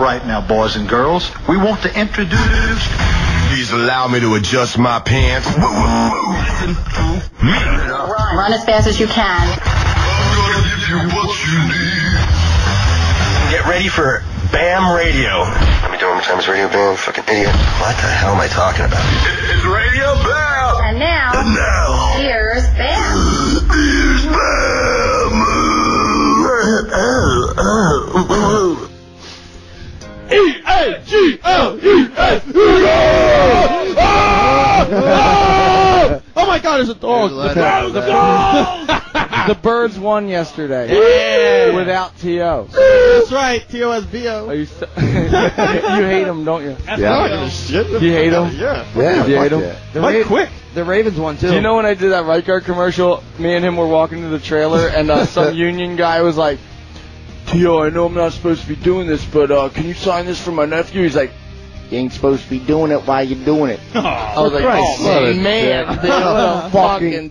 right now, boys and girls. We want to introduce. Please allow me to adjust my pants. Woo, woo, woo. Listen to me. Run. Run as fast as you can. I'm gonna give you what you need. Get ready for BAM Radio. Let me do one more time. It's Radio BAM, fucking idiot. What the hell am I talking about? It's Radio Bell. And now, And now, here's Bam. here's Bam. Oh my God! There's a dog. The, the, The birds won yesterday Yeah. without To. That's right. T O S B O. Are you? So- you hate them, don't you? Yeah. You hate them? Yeah. Yeah, You fuck hate 'em? yeah. The Mike, Ra- quick. The Ravens won too. Do you know when I did that Reichard commercial? Me and him were walking to the trailer, and uh, some union guy was like, "Tio, I know I'm not supposed to be doing this, but uh, can you sign this for my nephew?" He's like, "You ain't supposed to be doing it. Why you doing it?" I was like, Christ's "Oh sake, man, dick. dude, what a Fucking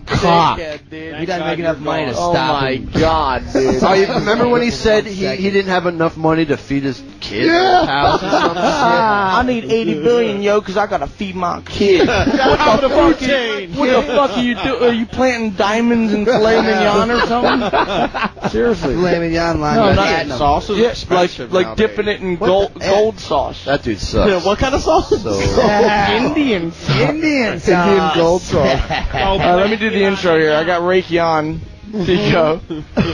fucking cock. dickhead, dude." he doesn't make enough money to Oh stop my him. god, dude! Oh, you remember when he said he, he didn't have enough money to feed his kids? Yeah. House or something? I need 80 billion, yo, because I got to feed my kid. what the, fuck is, what the fuck are you doing? Are you planting diamonds in filet mignon or something? Seriously. Filet mignon line. No, That's not platinum. sauce is Yeah, like expensive like nowadays. dipping it in What gold, the- gold sauce. That dude sucks. Yeah, what kind of sauce? So- Indian. Indian sauce. gold sauce. Uh, let me do the intro here. I got Reiki on. Tico.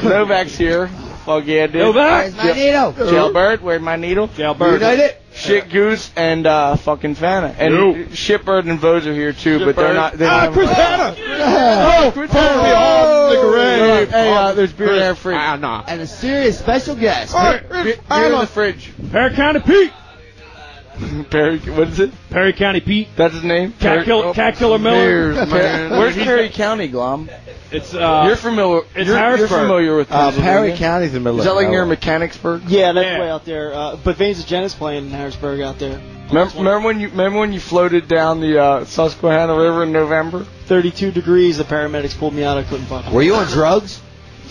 Novak's here. Fuck yeah, dude. Where's my needle? Jailbird, where's my needle? Jailbird. United. Uh-huh. Shit Goose and uh, fucking Fanta. And Shitbird and Vose are here too, but they're not. They don't Ah, have- Chris Hanna. Oh, Chris Hanna. Oh, Nicaragua. Hey, uh, there's beer in our fridge. And a serious special guest. Beer, beer in the fridge. Perry County Pete. Perry, what is it? Perry County Pete. That's his name? Cat, Perry- Kill- oh, Cat Killer Miller. Perry- Beers, man. Where's Perry County, Glom? It's uh, you're familiar. it's you're, you're Harrisburg. familiar with Uh, Perry Pennsylvania. County's in the middle Is of that like near nowhere. Mechanicsburg? Yeah, that's Yeah. way out there. Uh, but Veins of Jen is playing in Harrisburg out there. Remember, remember when you remember when you floated down the uh, Susquehanna River in November? 32 degrees. The paramedics pulled me out. I couldn't fucking Were you on drugs?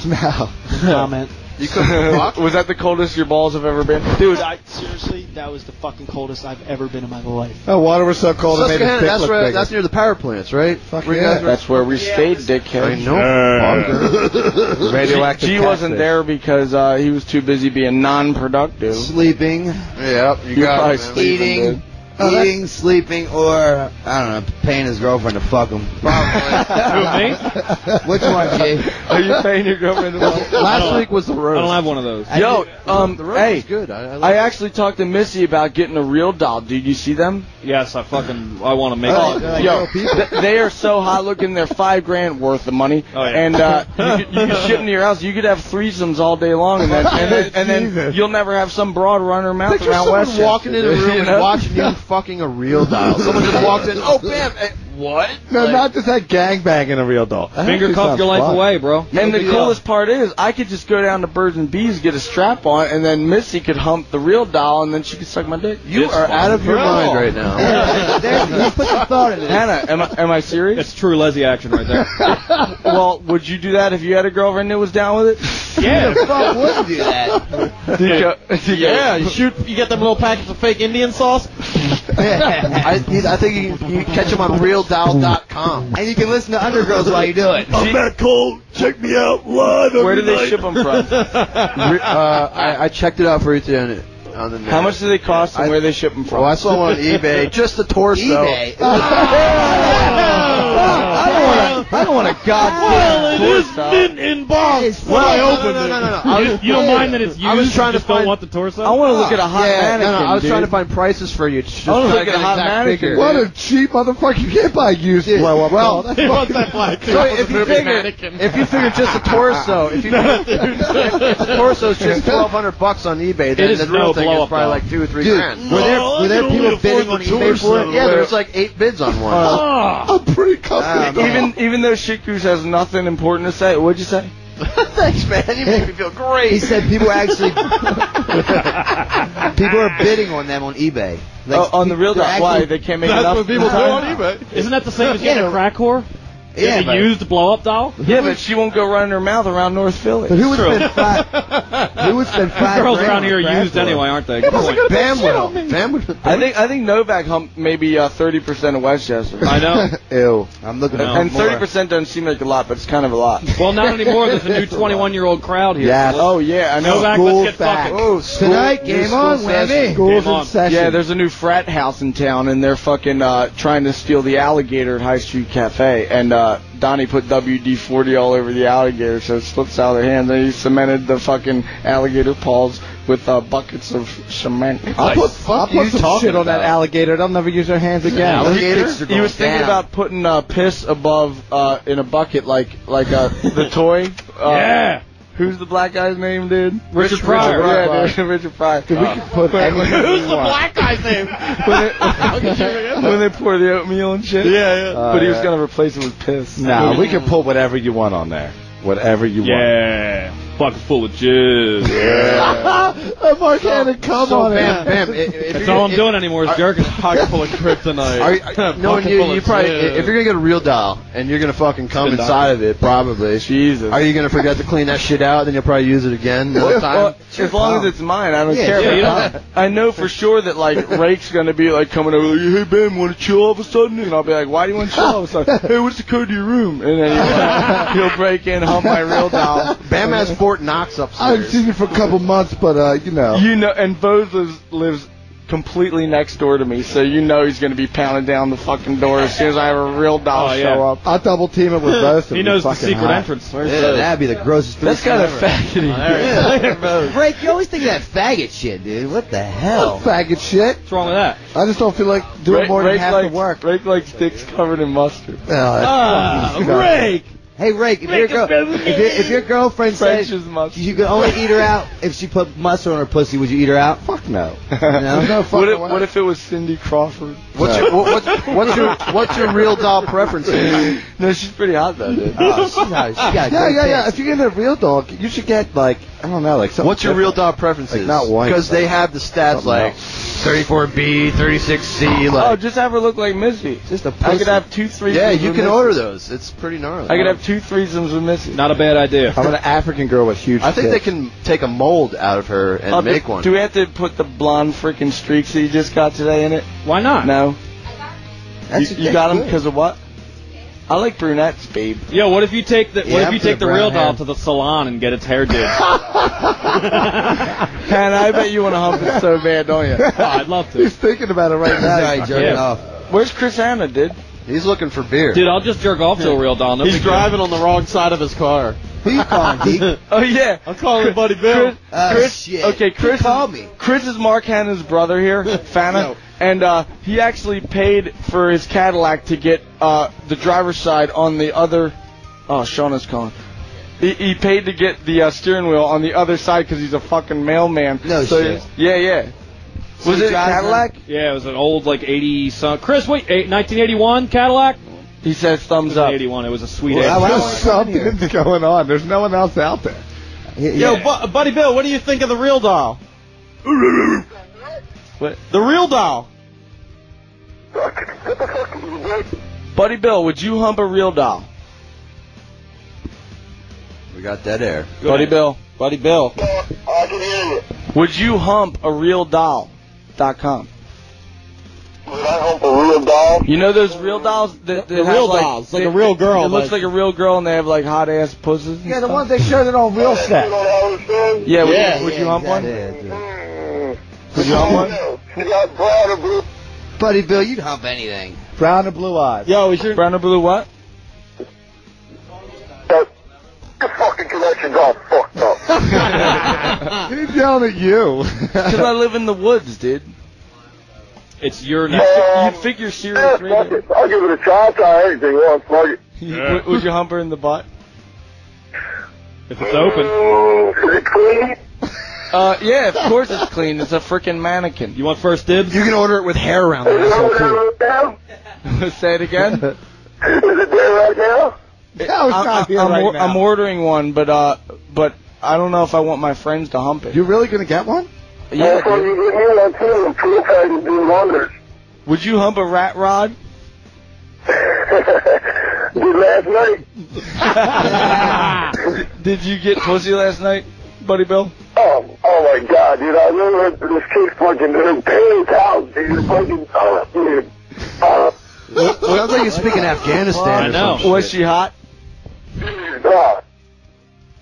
No. comment. You couldn't walk. Was that the coldest your balls have ever been, dude? I, seriously, that was the fucking coldest I've ever been in my life. Oh, water was so cold it made his Susquehanna, dick that's, look where, bigger. that's near the power plants, right? Fuck yeah. That's where we stayed, I dickhead. know. fucker. G, G wasn't there because uh, he was too busy being non-productive. Sleeping. Yep, you You're got probably it. man. sleeping, dude. Eating. eating, sleeping, or, I don't know, paying his girlfriend to fuck him. Who, me? Which one, G? Are you paying your girlfriend? to walk? Last week was the roast. I don't have one of those. Yo, um, the roast hey, was good. I, I, I like actually talked to Missy about getting a real doll, dude. You see them? Yes, I fucking I want to make. Oh, it. they're like Yo, real people. th- they are so hot looking. They're five grand worth of money, Oh, yeah. and uh, you, could, you could ship them to your house. You could have threesomes all day long, and then and then, and then Jesus. you'll never have some broad running her mouth Picture around someone Westchester. walking in a room you and know? watching you fucking a real doll. Someone just walked in. Oh, bam! eh, what? No, Like, not just that gangbang in a real doll. That Finger actually cuff sounds your life fun. away, bro. And the coolest part is, I could just go down to Birds and Bees, get a strap on, and then Missy could hump the real doll, and then she could suck my dick. You are out of your mind right now. you put the thought in Hannah, am I, am I serious? It's true lesbian action right there. Well, would you do that if you had a girlfriend that was down with it? yeah. Fuck, wouldn't do that. yeah, you shoot. You got them little packets of fake Indian sauce? I, he's- I think you, you can catch him on realdoll.com. And you can listen to Undergirls while you do it. I'm Matt Cole, check me out live. Where do they ship them from? uh, I, I checked it out for you today on, it- on the net. How much do they cost and I- where they ship them from? Well, Oh, I saw one on eBay. Oh. Just the torso. eBay? Oh. I don't want to. I don't want to. Well, it is mint in box. When I no, opened no, no, no, no. it, you, you don't mind that it's used. I was trying you to just find- don't want the torso. I want to look at a hot yeah, mannequin. no, no, I was dude. trying to find prices for you. Just I wanna so look could at a hot exact mannequin. figure. What a cheap motherfucker! You can't buy used blow up. Well, He wants that black. So if you figure, if you figure just a torso, if you if the torso's just twelve hundred bucks on eBay, then is the real no thing blow is up, probably though. like two or three dude, grand. were there were there people bidding on eBay for it? Yeah, there's like eight bids on one. Ah. I'm pretty comfortable. Even even though Shit Goose has nothing important to say, what'd you say? Thanks, man. You make me feel great. he said people actually people are bidding on them on eBay. oh, on the real they're dot. Why actually- they can't make enough? Isn't that the same as getting a crack whore? Yeah, Is it but- used blow up doll? Yeah, but she won't go running her mouth around North Philly. But who would True. spend five? Who would spend five? Girls grand around on here a are used crack anyway, wheel? aren't they? Good point. Bam will. Bam would. I think I think Novak humped maybe uh, 30% of Westchester. I know. Ew. I'm looking No. at and 30% doesn't seem like a lot, but it's kind of a lot. Well, not anymore. There's a new 21 year old crowd here. Yes. So Oh, yeah, I know. Novak, school let's get back. fucking. Tonight, game on, whammy. Schools Game on. in session. Yeah, there's a new frat house in town, and they're fucking uh, trying to steal the alligator at High Street Cafe. And uh, Donnie put WD-40 all over the alligator, so it slips out of their hands. And he cemented the fucking alligator paws with uh, buckets of cement. I'll put, I'll put some shit on that alligator. They'll never use their hands again. Alligator? Those dicks are He was thinking down. about putting uh, piss above uh, in a bucket, like like uh, the toy. Uh, Yeah. Who's the black guy's name, dude? Richard Pryor. Yeah, dude, Richard Pryor. Uh, We could put anything we want. guy's name? when they pour the oatmeal and shit. yeah, yeah. but he was gonna replace it with piss. No, we can put whatever you want on there. Whatever you Yeah. Bucket's full of jizz. want. Mark Cannon, come on Bam, in. bam. i- If That's you're all I'm doing anymore is jerking. pocket full of kryptonite. Are you, knowing Bucket you, full you of probably, jizz. if you're gonna get a real doll and you're gonna fucking come inside of it, probably. Jesus. Are you gonna forget to clean that shit out? Then you'll probably use it again another Well, time. uh, as long as it's mine, I don't care. yeah, you about it. I know for sure that like Rake's gonna be like coming over, like, hey Ben, want to chill all of a sudden? And I'll be like, why do you want to chill all of a sudden? hey, what's the code to your room? And then he'll, like, he'll break in, hump my real doll. Bam has Fort Knox I haven't upstairs. seen you for a couple months, but uh, you know. You know, and Bose lives, lives completely next door to me, so you know he's gonna be pounding down the fucking door as soon as I have a real doll Oh, show yeah. up. I'll double team it with both. He knows the secret entrance. Yeah, that'd be the grossest. That's threesome kind of ever. faggoty. Break, you always think of that faggot shit, dude. What the hell? Faggot shit. What's wrong with that? I just don't feel like doing more than half likes, the work. Rake likes dicks covered in Oh, mustard. Ah, Greg. Hey, Rake, if, your Rake, girl, I'm if, your, if your girlfriend French says is mustard. you could only eat her out if she put mustard on her pussy, would you eat her out? Fuck no. No? What if, fucking way. what if it was Cindy Crawford? What's your, what, what's, what's your what's your real doll preferences? No, she's pretty hot though, dude. Oh, she, got- she got Yeah, great yeah, yeah. taste. If you're getting a real dog, you should get like I don't know, like something. What's your real doll preferences? Like, not white, Because they but have the stats something like 34B, 36C. Oh, Like, just have her look like Missy. Just a I pussy. could have two threesomes. yeah, you with can Missy. order those. It's pretty gnarly. I could have two threesomes with Missy. Not a bad idea. How about an African girl with huge? I think they tits? can take a mold out of her and Uh, make do, one. Do we have to put the blonde freaking streaks that you just got today in it? Why not? No. That's- you, you got them good. because of what? I like brunettes, babe. Yo, what if you take the what Yeah, if you for the take the brown real doll hair. to the salon and get its hair did? And I bet you want to hump it so bad, don't you? Oh, I'd love to. He's thinking about it right He's now. already jerking Yeah. off. Where's Chris Anna, dude? He's looking for beer. Dude, I'll just jerk off to a real doll. No He's big deal. driving on the wrong side of his car. Who you calling, Deke? Oh yeah. I'm calling Buddy Bill. Oh, Chris, shit. okay, Chris. Call me. Chris is Mark Hannon's brother here, Fana, and uh, he actually paid for his Cadillac to get uh, the driver's side on the other. Oh, Sean is calling. He, he paid to get the uh, steering wheel on the other side because he's a fucking mailman. No so shit. Yeah, yeah. Was he it a drives Cadillac? Yeah, it was an old like eighty some Chris, wait, eight, 1981 Cadillac. He says thumbs up. 1981. It was a sweet. Well, ass. I- There's something's going on. There's no one else out there. Yo, Bu- uh, Buddy Bill, what do you think of the real doll? What? The real doll. Buddy Bill, would you hump a real doll? We got dead air. Buddy Bill, Buddy Bill, I can hear you. would you hump a real doll? Dot com. Would I hump a real doll? You know those real dolls? That, that The have, real like, dolls, like they- a real girl, It looks like like- a real girl, and they have like hot ass pussies. and Yeah, the stuff. ones they showed it on real You set. know what I was saying? Yeah, would, Yeah. you, would you hump one? Mm. Would you hump one? She got brown and blue. Buddy Bill, you'd hump anything. Brown and blue eyes. Yo, is your Brown or blue? What? That- Your fucking connection's all fucked up. He's yelling at you. Because I live in the woods, dude. It's your Um, next. You'd figure yeah, serious fuck radio. it. I'll give it a try. I'll try anything once. Fuck it. Would, would you hump her in the butt? If it's open, Mm, Is it clean? Uh, yeah, of course it's clean. It's a freaking mannequin. you want first dibs? You can order it with hair around Is it over there right now? Say it again. Is it there right now? That was I, not here am right now. I'm ordering one, but uh, but I don't know if I want my friends to hump it. You're really gonna get one? yeah, Well, dude. you give me one too. I'm too excited to do wonders. Would you hump a rat rod? last night. Ah, Did you get pussy last night, Buddy Bill? Oh, oh my God, dude! I literally went to this kid's fucking dude, parents' house, dude. Fucking, oh, dude. Uh, Sounds like you're speaking Afghanistan. I Oh, know. Was she hot? uh,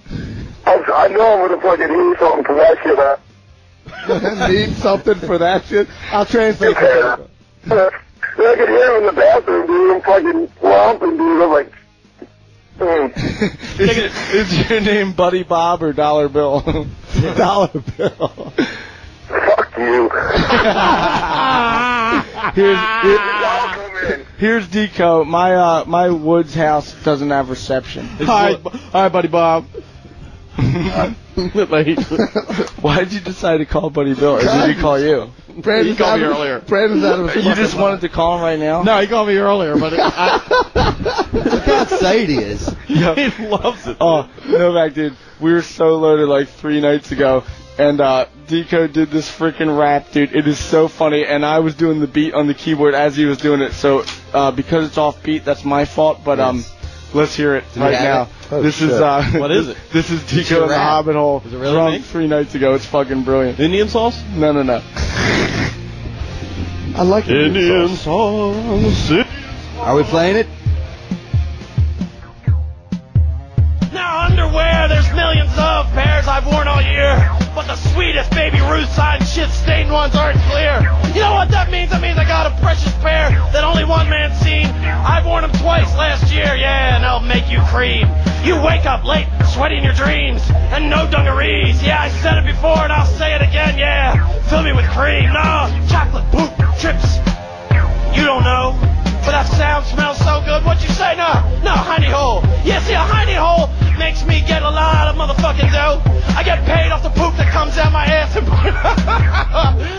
I, I know I'm gonna fucking eat something for that shit. Uh, Need something for that shit? I'll translate. for you. I could hear him in the bathroom, dude. I'm fucking romping, dude. I'm like, mm, is, is your name Buddy Bob or Dollar Bill? Dollar Bill. Fuck you. here's, here- here's Deco. My uh, my Woods house doesn't have reception. Hi, Bu- hi, buddy Bob. Like, why did you decide to call Buddy Bill, or did he call you? Brandon's He called me out of- earlier. Brandon's out of his You just fucking wanted to call him right now. No, he called me earlier, but it, I, Look how excited he is. he loves it. Oh, Novak, dude, we were so loaded like three nights ago, and uh, Deco did this freaking rap, dude. It is so funny, and I was doing the beat on the keyboard as he was doing it, so uh, because it's off beat, that's my fault, but um, let's hear it Did you right have now. it? Oh, this is shit. uh, What is it? This is It's a Deco in the rap. Hobbit Hole. Is it really From me? three nights ago. It's fucking brilliant. Indian sauce? No, no, no. I like it. Indian songs. Are we playing it? Now underwear, there's millions of pairs I've worn all year. But the sweetest baby Ruth sign shit stained ones aren't clear. You know what that means? That means I got a precious pair that only one man's seen. I've worn them twice last year, yeah, and they'll make you cream. You wake up late, sweating your dreams, and no dungarees. Yeah, I said it before and I'll say it again, yeah. Fill me with cream, no, chocolate, poop, chips. You don't know. But that sound smells so good. What you say? No, no, hiney hole. Yeah, see, a hiney hole makes me get a lot of motherfucking dough. I get paid off the poop that comes out my ass. And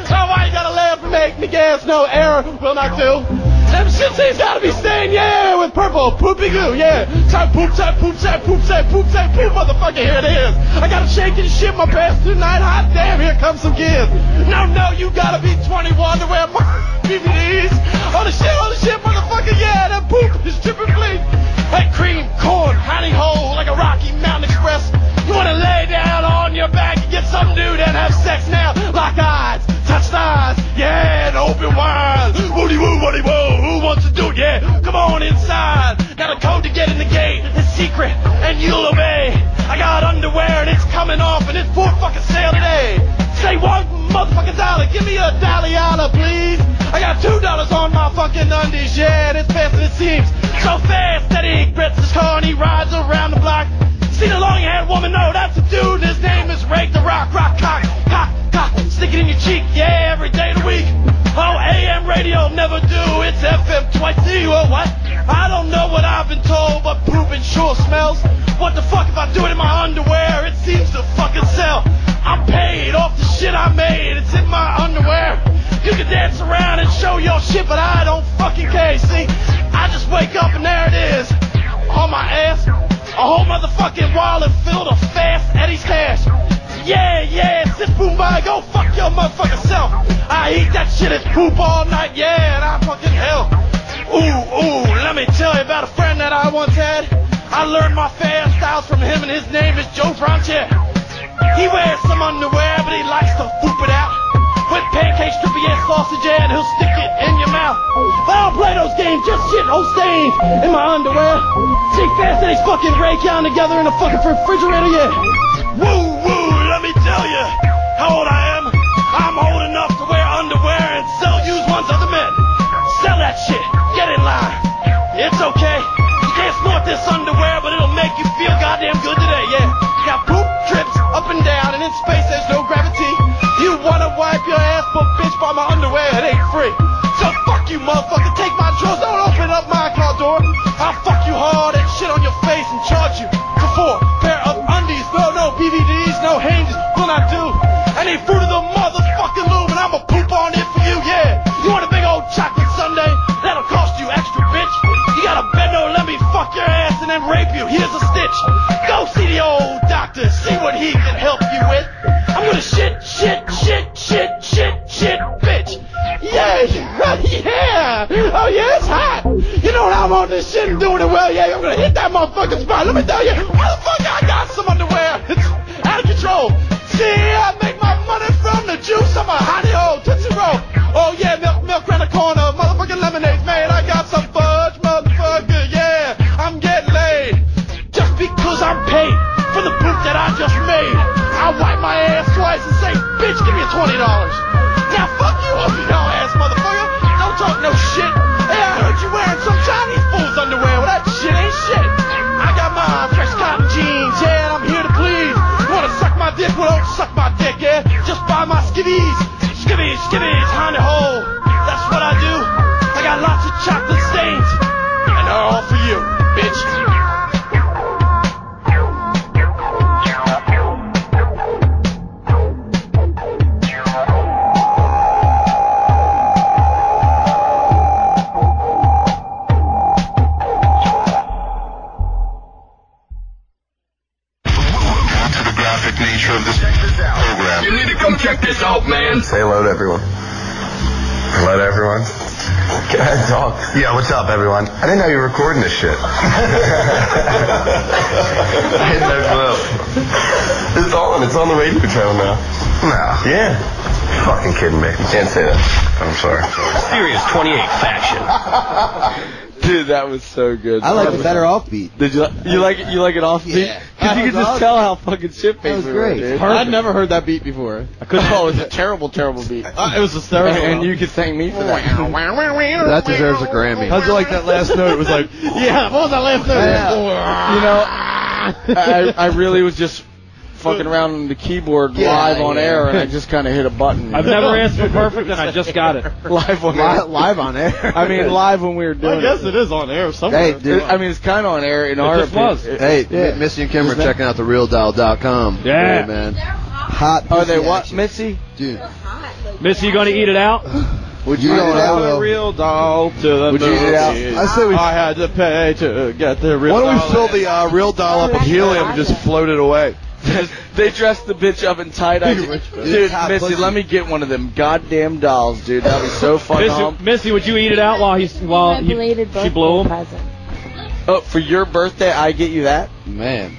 so why you gotta laugh and make me gas? No error will not do. Them shitsy's gotta be stained, yeah, with purple poopy goo, yeah. Type poop, type poop, type poop, type poop, type poop, motherfucker, here it is. I gotta shake and shit my pants tonight. Hot damn, here comes some gears. No, no, you gotta be 21 to wear my DVDs. Holy shit, holy shit, motherfucker, yeah, that poop is dripping bleed. Like cream, corn, honey hole, like a Rocky Mountain Express. You wanna lay down on your back and get some dude and have sex now. Lock eyes, touch thighs, yeah, and open wide. Woody woo, woody woo, who wants to do it? Yeah, come on inside. Got a code to get in the gate, it's secret, and you'll obey. I got underwear and it's coming off and it's for fucking sale today. Say one motherfucking dollar. Give me a dollar, dollar, please. I got two dollars on my fucking undies. Yeah, and it's fast than it seems. So fast that he grabs his car and he rides around the block. See the long-haired woman? No, that's a dude. His name is Ray the Rock. Rock, cock, cock, cock. Stick it in your cheek. Yeah, every day of the week. Oh, AM radio never do. It's FM twice a year. What? I don't know what I've been told, but pooping sure smells. What the fuck if I do it in my underwear? It seems to fucking sell. I'm paid off the shit I made. It's in my underwear. You can dance around and show your shit, but I don't fucking care. See, I just wake up and there it is. On my ass. A whole motherfucking wallet filled of fast Eddie's cash. Yeah, yeah, sit Boombai, go fuck your motherfucking self. I eat that shit as poop all night, yeah, and I fucking hell. Ooh, ooh, let me tell you about a friend that I once had. I learned my fan styles from him, and his name is Joe Franchette. He wears some underwear, but he likes to poop it out. With pancakes, trippy ass sausage, yeah, and he'll stick it in your mouth. But I don't play those games, just shit, old stains in my underwear. Take fast and he's fucking Ray Count together in a fucking refrigerator, yeah. Woo, woo, let me tell you how old I am. I'm old enough to wear underwear and still use ones other men. Sell that shit. Get in line. It's okay. You can't snort this underwear, but it'll make you feel goddamn good today, yeah. Got poop trips up and down, and in space there's no gravity. You wanna wipe your ass, but bitch, buy my underwear, it ain't free. So fuck you, motherfucker. Take my drawers. Don't open up my car door. I'll fuck you hard and shit on your face and charge you for four pair of undies. No, no, BVDs, no hinges. Will not do. I need fruit of the motherfucking lube, and I'ma poop on it for you, yeah. You want a big old chocolate sundae? That'll cost you extra, bitch. You gotta bend over, let me fuck your ass and then rape you. Here's a stitch. Go see the old doctor, see what he can help you with. I'm gonna shit, shit, shit, shit, shit, shit, bitch. Yeah, yeah. Oh yeah, it's hot. You know what I'm on doing this shit and doing it well. Yeah, I'm gonna hit that motherfucking spot. Let me tell you, motherfucker, I got some underwear. It's out of control. See, I make my money from the juice. I'm a hottie old tootsie roll. Oh yeah, milk, milk around the corner. Motherfucking lemonade, man. I got some fudge, motherfucker. Yeah, I'm getting laid just because I'm paid for the poop that I just made. I wipe my ass twice and say, bitch, give me twenty dollars. Now fuck you up your ass, motherfucker. Don't talk no shit. Hey, I heard you wearing some Chinese fool's underwear. Well, that shit ain't shit. I got my fresh cotton jeans, yeah, and I'm here to please. Wanna suck my dick? Well, don't suck my dick, yeah. Just buy my skivvies, skivvies, skivvies, honey hole. That's what I do. I got lots of chocolate stains, and they're all for you, bitch. graphic nature of this program. You need to come check this out, man. Say hello to everyone. Hello to everyone. Can I talk? Yeah, what's up, everyone? I didn't know you were recording this shit. I didn't know clue. It's on. It's on the radio channel now. No. Yeah. Fucking kidding me. Can't say that. I'm sorry. Serious 28 fashion. Dude, that was so good. I like That the was- better offbeat. Did you like, you like it? You like it offbeat? Yeah. Because you That could was just awesome. tell how fucking shit That faced was we were, great. dude. I'd never heard that beat before. I couldn't. Oh, it was a terrible, terrible beat. Uh, it was hysterical. and, and you could thank me for that. that deserves a Grammy. How'd you like that last note? It was like, Yeah, what was that last you know, I, I really was just fucking around on the keyboard Yeah, live on yeah. air, and I just kind of hit a button. I've never asked for perfect, and I just got it. live on air. Li- live on air. I mean, live when we were doing. I guess it is on air somewhere. Hey, dude, I mean, it's kind of on air in It our just opinion. was. It- Hey, yeah. Missy and Kim are Isn't that- checking out the realdial.com. Yeah. man. Hot. Are they pussy what, action. Mitzi? Dude. Missy, you gonna eat it out? Would you, You know know, what I I'm a will? real doll to the Would you eat it out? movies. I say we- I had to pay to get the real. Why don't we doll fill in. the uh, real doll up with helium and just float it away? they dressed the bitch up in tight dye. Dude, Missy, let me get one of them goddamn dolls, dude. That'd be so fucking Missy, home. Missy, would you eat it out while he's while he, she blew him? Oh, for your birthday, I get you that? Man.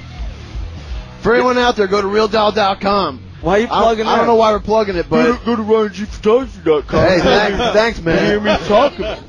For anyone out there, go to realdoll.com. Why are you I don't, plugging I don't know why we're plugging it, but Go to RyanGPhotography.com. hey, thanks, thanks, man. me talk about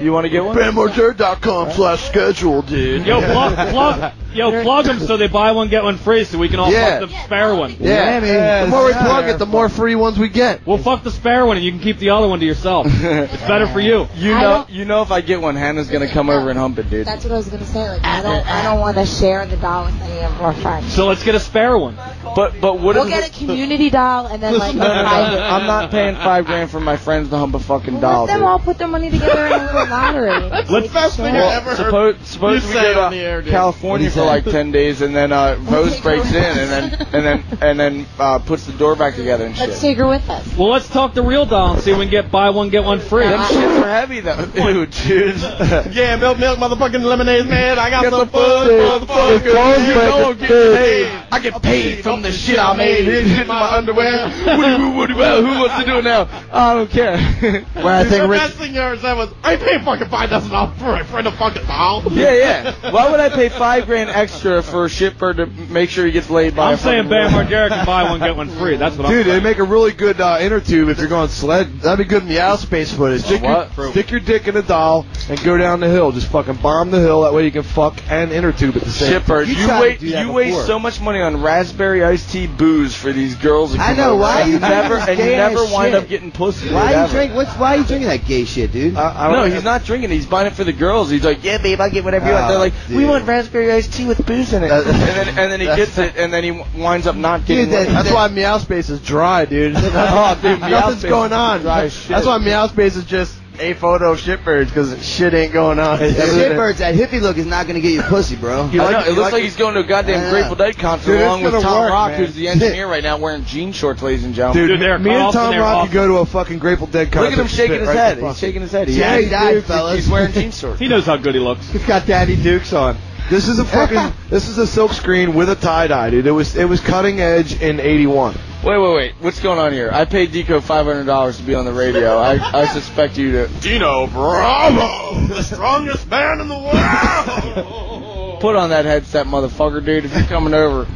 You want to get one? BamWordDirt.com slash schedule, dude. Yo, plug, plug, yo, plug them so they buy one get one free, so we can all Yeah. fuck the spare one. Yeah, Yeah, the more we yeah. plug it, the more free ones we get. Well, fuck the spare one, and you can keep the other one to yourself. It's better for you. You know, you know, if I get one, Hannah's gonna come over and hump it, dude. That's what I was gonna say. Like, I don't, I don't want to share the doll with any of our friends. So let's get a spare one. But but what We'll if get a community doll and then like No, no, no, invite I'm not paying five grand for my friends to hump a fucking doll. let them Dude. all put their money together in a little lottery. Let's- Let's thing Well, I ever heard suppose suppose you we say go on to the air, dude. California for like ten days, and then uh, Rose take breaks her in, with and then and then and then uh, puts the door back together and Let's shit. take her with us. Well, let's talk the real doll and see if we can get buy one get one free. Them shits are heavy though, dude. dude. Yeah, milk, milk, motherfucking lemonade, man. I got Get some the fun, food. motherfucker. As long as You you know I'm get getting the paid. I get paid from the shit I made in my underwear. Woody, woo, woody, well, who wants to do it now? I don't care. Well, I think the Rich. best thing you ever said was, I ain't paying fucking five thousand dollars for a friend of fucking doll. yeah, yeah. Why would I pay five grand extra for a shitbird to make sure he gets laid by? I'm a saying fucking Bam woman? Margera can buy one get one free. That's what I'm Dude, they saying. make a really good uh, inner tube if you're going sled. That'd be good meow space footage. Stick, what? Your, stick your dick in a doll and go down the hill. Just fucking bomb the hill. That way you can fuck and inner tube at the same Shitbird, you, tried to wait. do that You waste before. so much money on raspberry iced tea booze for these girls. to I come know, over. why And you you drink never this and you gay ass never wind shit? up getting pussy. Why dude, are you ever. drink? What's why are you drinking that gay shit, dude? I, I no, don't- he's not drinking. it. He's buying it for the girls. He's like, yeah, babe, I'll get whatever you want. Oh, They're like, we dude. want raspberry iced tea with booze in it. and then and then he gets it, and then he w- winds up not getting. Dude, that- what- That's why meow space is dry, dude. Oh, dude, meow Nothing's space going is on. dry as shit. That's why meow space is just a photo shitbirds because shit ain't going on. Shitbirds, that hippie look is not gonna get you pussy, bro. I know, like- it you looks like like he's going to a goddamn Yeah. Grateful Dead concert Dude, it's along with gonna Tom work, Rock, man. who's the engineer right now, wearing jean shorts, ladies and gentlemen. Dude, Dude, they're me and off and Tom they're Rock off. could go to a fucking Grateful Dead concert. Look at him and shaking spit his right head. the fuck. He's shaking his head. Yeah, he he's, died, he's- fellas. he's wearing jean shorts. He knows how good he looks. He's got Daddy Dukes on. This is a fucking. this is a silk screen with a tie dye, dude. It was it was cutting edge in '81. Wait, wait, wait. What's going on here? I paid Deco $500 to be on the radio. I, I suspect you to. Dino Bravo, the strongest man in the world. Put on that headset, motherfucker, dude, if you're coming over.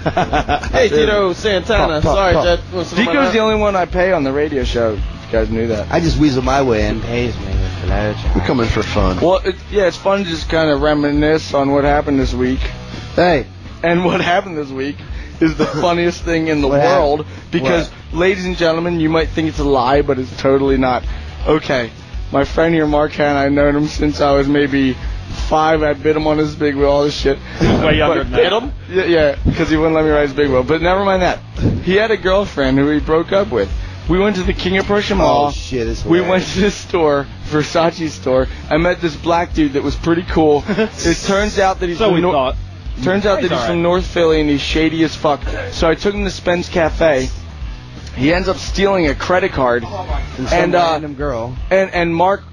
Hey, Tito Santana. Sorry, Jet. Listen to my Deco's bad. the only one I pay on the radio show. You guys knew that. I just weasel my way in. Pays me with another We're coming for fun. Well, it, yeah, it's fun to just kind of reminisce on what happened this week. Hey. And what happened this week is the funniest thing in the world because, ladies and gentlemen, you might think it's a lie, but it's totally not. Okay, my friend here, Mark Han, I've known him since I was maybe five. I bit him on his big wheel, all this shit. Way younger than that. Bit him? Yeah, yeah, because he wouldn't let me ride his big wheel. But never mind that. He had a girlfriend who he broke up with. We went to the King of Prussia Mall. Oh, shit, it's We went to this store, Versace store. I met this black dude that was pretty cool. it turns out that he's So from we Nor- thought. Turns out that He's he's alright. from North Philly and he's shady as fuck. So I took him to Spence Cafe. He ends up stealing a credit card, and uh, random girl. and and Mark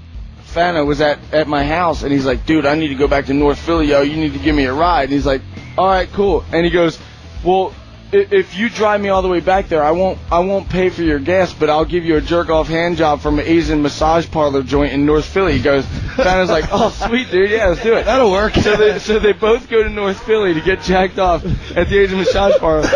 Fana was at at my house, and he's like, "Dude, I need to go back to North Philly, yo. You need to give me a ride." And he's like, "All right, cool." And he goes, "Well, i- if you drive me all the way back there, I won't I won't pay for your gas, but I'll give you a jerk off hand job from an Asian massage parlor joint in North Philly." He goes, Fana's like, "Oh, sweet dude, yeah, let's do it. That'll work." So they so they both go to North Philly to get jacked off at the Asian massage parlor.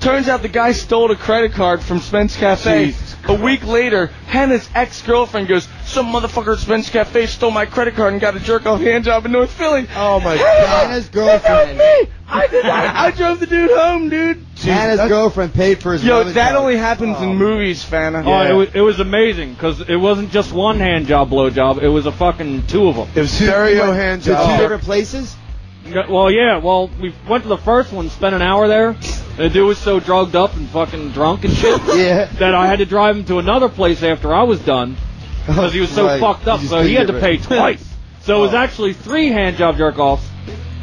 Turns out the guy stole a credit card from Spence Cafe. A week later, Hannah's ex girlfriend goes, Some motherfucker at Spence Cafe stole my credit card and got a jerk off hand job in North Philly. Oh my God. Hannah's girlfriend. Me. I, did, I, I drove the dude home, dude. Hannah's girlfriend paid for his Yo, mother's that house. only happens in movies, Fana. Oh, it was, it was amazing because it wasn't just one hand job blow job. It was a fucking two of them. It was What, to Two different places. Well, yeah. Well, we went to the first one, spent an hour there. The dude was so drugged up and fucking drunk and shit Yeah. that I had to drive him to another place after I was done because he was so Right. fucked up. You just So he had couldn't to get pay rid- twice. So it was actually three hand job jerk offs,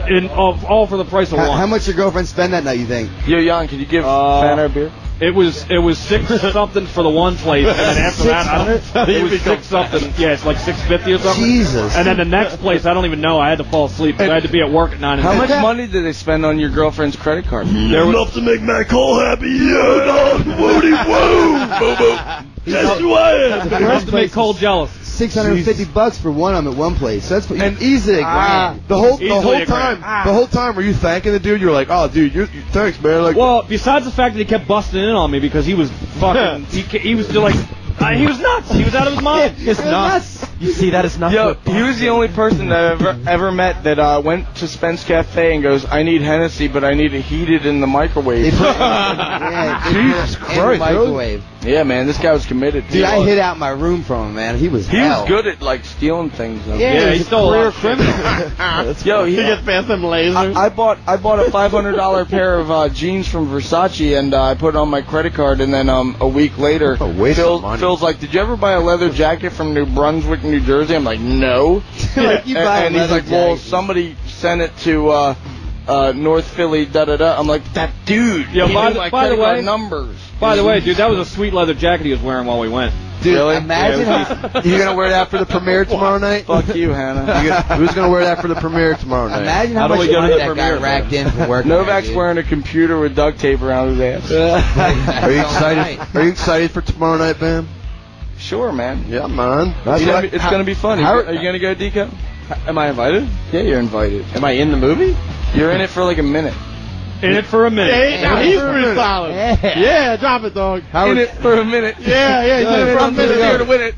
in all, all for the price of How, one. how much your girlfriend spend that night? You think? Yo, Jan, can you give Uh, Fana a beer? It was it was six something for the one place, and then after that, I don't, 600? it was six something. Yeah, it's like six fifty or something. Jesus. And then the next place, I don't even know. I had to fall asleep. 'cause I had to be at work at nine. How in the much morning. money did they spend on your girlfriend's credit card? There was- Enough to make Matt Cole happy. Yeah, dog. Woody woo, boo boo. That's who I am. The rest of me cold jealous. Six hundred and fifty bucks for one of them at one place. That's you And- easily. Ah, the whole the whole time, the whole time, were you thanking the dude? You're like, oh, dude, you you- thanks, man. Like, Well, besides the fact that he kept busting in on me because he was fucking, he, ca- he was still like, uh, he was nuts. He was out of his mind. It's nuts. You see, that is nuts. Yo, he was the only person that I've ever, ever met that uh, went to Spence Cafe and goes, I need Hennessy, but I need it heated in the microwave. Jesus Christ. microwave. Yeah, man, this guy was committed. Dude, I hid out my room from him, man. He was He hell. was good at, like, stealing things. Though. Yeah, Yeah, he he's a stole a career lot of shit. Yo, He he, gets phantom laser. I, I bought I bought a five hundred dollar pair of uh, jeans from Versace and uh, I put it on my credit card and then um, a week later waste of Phil, money. Phil's like, did you ever buy a leather jacket from New Brunswick, New Jersey? I'm like, no. Like, you and buy a and he's leather like, well, jacket. somebody sent it to uh, uh, North Philly, da da da. I'm like, that dude. Yo, he by knew the- my by the credit card way- numbers. By the way, dude, that was a sweet leather jacket he was wearing while we went. Dude, really? imagine you gonna wear that for the premiere tomorrow night? Fuck you, Hannah. You gonna- who's gonna wear that for the premiere tomorrow night? Imagine how How do much we go money to that the guy premiere, racked man? in for working. Novak's there, wearing a computer with duct tape around his ass. Are you excited? Are you excited for tomorrow night, Bam? Sure, man. Yeah, man. That's You know, what- it's gonna be funny. How- are you gonna go, Deco? Am I invited? Yeah, you're invited. Am I in the movie? You're in it for like a minute. In it for a minute. Hey, now he's pretty solid. Yeah. drop it, dog. in it for a minute. Yeah, yeah, he's in it for a I'm minute. here to win it.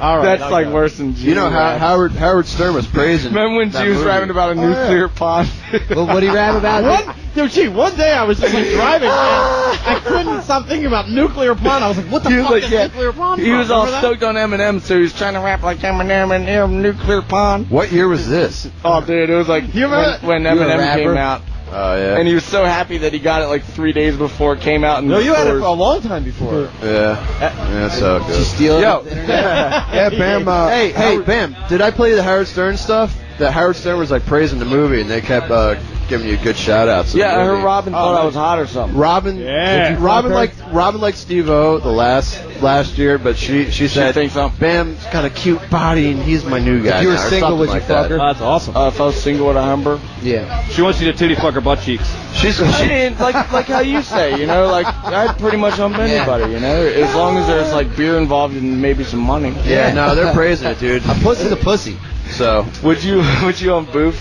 All That's like worse than Jews. You know, How- Howard Howard Stern was praising. Remember when that Jews movie. rapping about a Oh, yeah. nuclear pod? Well, what do you rap about? One, dude, gee, one day I was just like driving. I, I couldn't stop thinking about nuclear bomb. I was like, what the He was fuck like, is yeah. nuclear bomb? He from? was all Remember that? stoked on Eminem, so he was trying to rap like Eminem and M nuclear pond. What year was this? Oh, dude, it was like You remember- when, when You a Eminem rapper? came out, Oh yeah. and he was so happy that he got it like three days before it came out. In No, the you had it stores. for a long time before. yeah. Yeah, so good. steal Yo. it. yeah, Bam. Uh, hey, hey, Bam. Did I play the Howard Stern stuff? That Howard Stern was like praising the movie, and they kept uh, giving you good shout outs. Yeah, I heard Robin thought I was hot or something. Robin, Yeah. Robin Fucker. liked Robin liked Steve O the last last year, but she she said thinks I'm- Bam's got a cute body and he's my new guy. now," or something like that. that's awesome. Uh, if I was single, would I humber? Yeah. She wants you to titty fuck her butt cheeks. She's I mean, like like how you say, you know, like I'd pretty much hump anybody, you know, as long as there's like beer involved and maybe some money. Yeah, no, they're praising it, dude. A pussy's a pussy. So would you would you on Boof?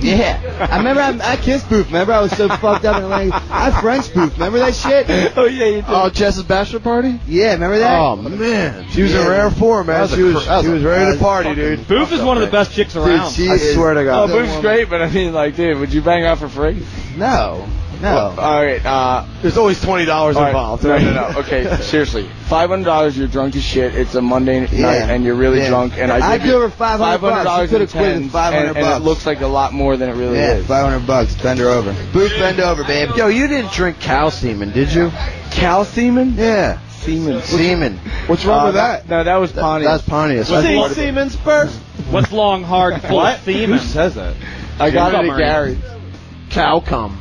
yeah. I remember I, I kissed Boof. Remember I was so fucked up and like I French Boof. Remember that shit? Oh yeah, you did. Oh, Jess's bachelor party. Yeah, remember that? Oh, man, She was in rare form, man. She was, she was ready to party, dude. Boof is one of the best chicks Dude, around. she I is- swear to God. Oh, Boof's great, but I mean, like, dude, would you bang out for free? No. No. all right. Uh, There's always twenty dollars all right, involved. No, right? no, no. Okay, seriously, five hundred dollars. You're drunk as shit. It's a Monday night, Yeah. and you're really Yeah. drunk. And I I'd give give you her 500 bucks. $500 She could've in quit with tens, 500 and, and bucks. it looks like a lot more than it really Yeah, is. five hundred bucks. Bend her over. Booth, bend over, babe. Yo, you didn't drink cow semen, did you? Cow semen? Yeah. Semen. Semen. What's Uh, wrong with that? No, that was Pontius. That's Pontius. What's That's he- part of it. Siemens first. What's long, hard, full What? of semen? Who says that? I got it Montgomery. at Gary's. Cow cum.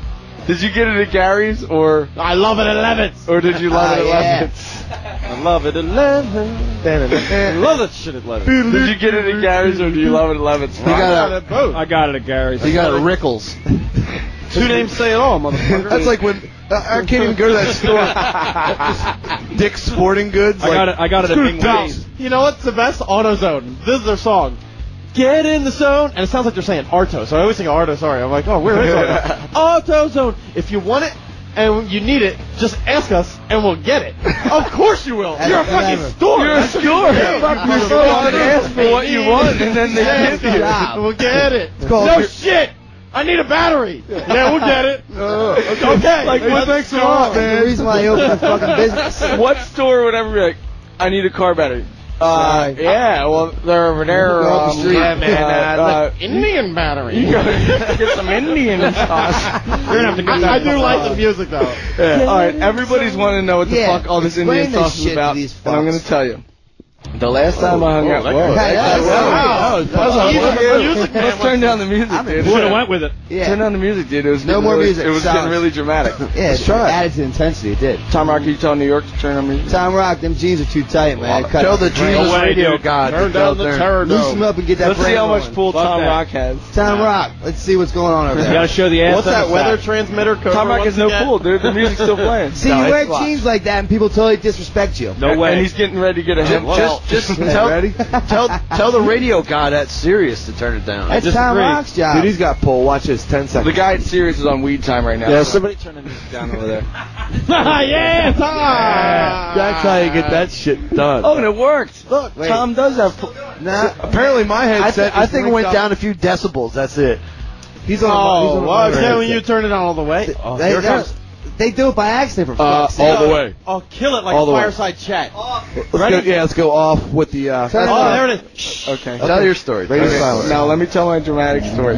Did you get it at Gary's or? I love it at Levin's. Or did you love it at Levin's? I love it at Levin's. love that shit at Levin's. Did you get it at Gary's or do you love it at Levin's? I got it at both. I got it at Gary's. You got it at Rickles. Two names say it all, motherfucker. That's like when I I can't even go to that store. Dick Sporting Goods. I like, got it. I got it at screw Bing Bell's. B's. You know what's the best? AutoZone. This is their song. Get in the zone, and it sounds like they're saying Arto. So I always think Arto. Sorry, I'm like, oh, where is Arto? AutoZone. If you want it and you need it, just ask us, and we'll get it. of course you will. You're a fucking store. You're a That's what you store. do. Fuck, you're so hard to ask for what you want, and then they Yes, give you. We'll get it. called- No shit. I need a battery. Yeah, we'll get it. Oh, okay. Like, Let's what makes go. lot, man? The reason why I opened a fucking business. What store would ever be like, I need a car battery? Uh, yeah, well, they're over there. Go up Um, the street. yeah, man. Uh, uh, like Indian battery. you go get some Indian sauce. You're gonna have to go I do like the music though. Yeah. All right, everybody's wanting to know what the Yeah, fuck all this explain Indian this sauce shit is to about, these and I'm fucks. going to tell you. The last time I hung out, that- whoa, that- that- that- that- that- that- that- that- that- music man Let's turn down the music, dude. Would have went with it. Yeah. Turn down the music, dude. It was No getting more really- music. It was Silence. getting really dramatic. Yeah, Let's it try it. added to intensity. It did. Tom Rock, you tell New York to turn on music. Tom Rock, them jeans are too tight, man. Cut Tell it. the Jesus No way, radio dude. god. Turn to down go the there. terror dome. Loosen him up and get that. Let's see brain how much going. pull Fuck Tom that. Rock has. Tom Rock. Let's see what's going on over You there. gotta show the ass. What's that up. weather transmitter code? Tom Rock is no fool, dude. The music's still playing. See, you wear jeans like that and people totally disrespect you. No way. And he's getting ready to get a hip Just, just tell, Ready? tell, tell the radio guy that's serious to turn it down. That's Tom Rock's job. Dude, he's got pull. Watch this. Ten The seconds. guy at Sirius is on weed time right now. Yeah, somebody turn the music down over there. yeah, Tom. That's how you get that shit done. Oh, and it worked. Look, wait. Tom does have. Pull. Nah. Apparently, my I, headset. th- I just think it linked went up. down a few decibels. That's it. He's on. he's Oh, on well, I'm my telling headset. you, turn it on all the way. Oh, They, here it they're- comes. they do it by accident for fuck's sake. all the way. Oh, kill it like All a the way. fireside chat. Oh, Let's go, yeah, let's go off with the. Uh, Turn it Oh, on. there it is. Okay. Tell your story. radio Okay. silence. Now let me tell my dramatic story.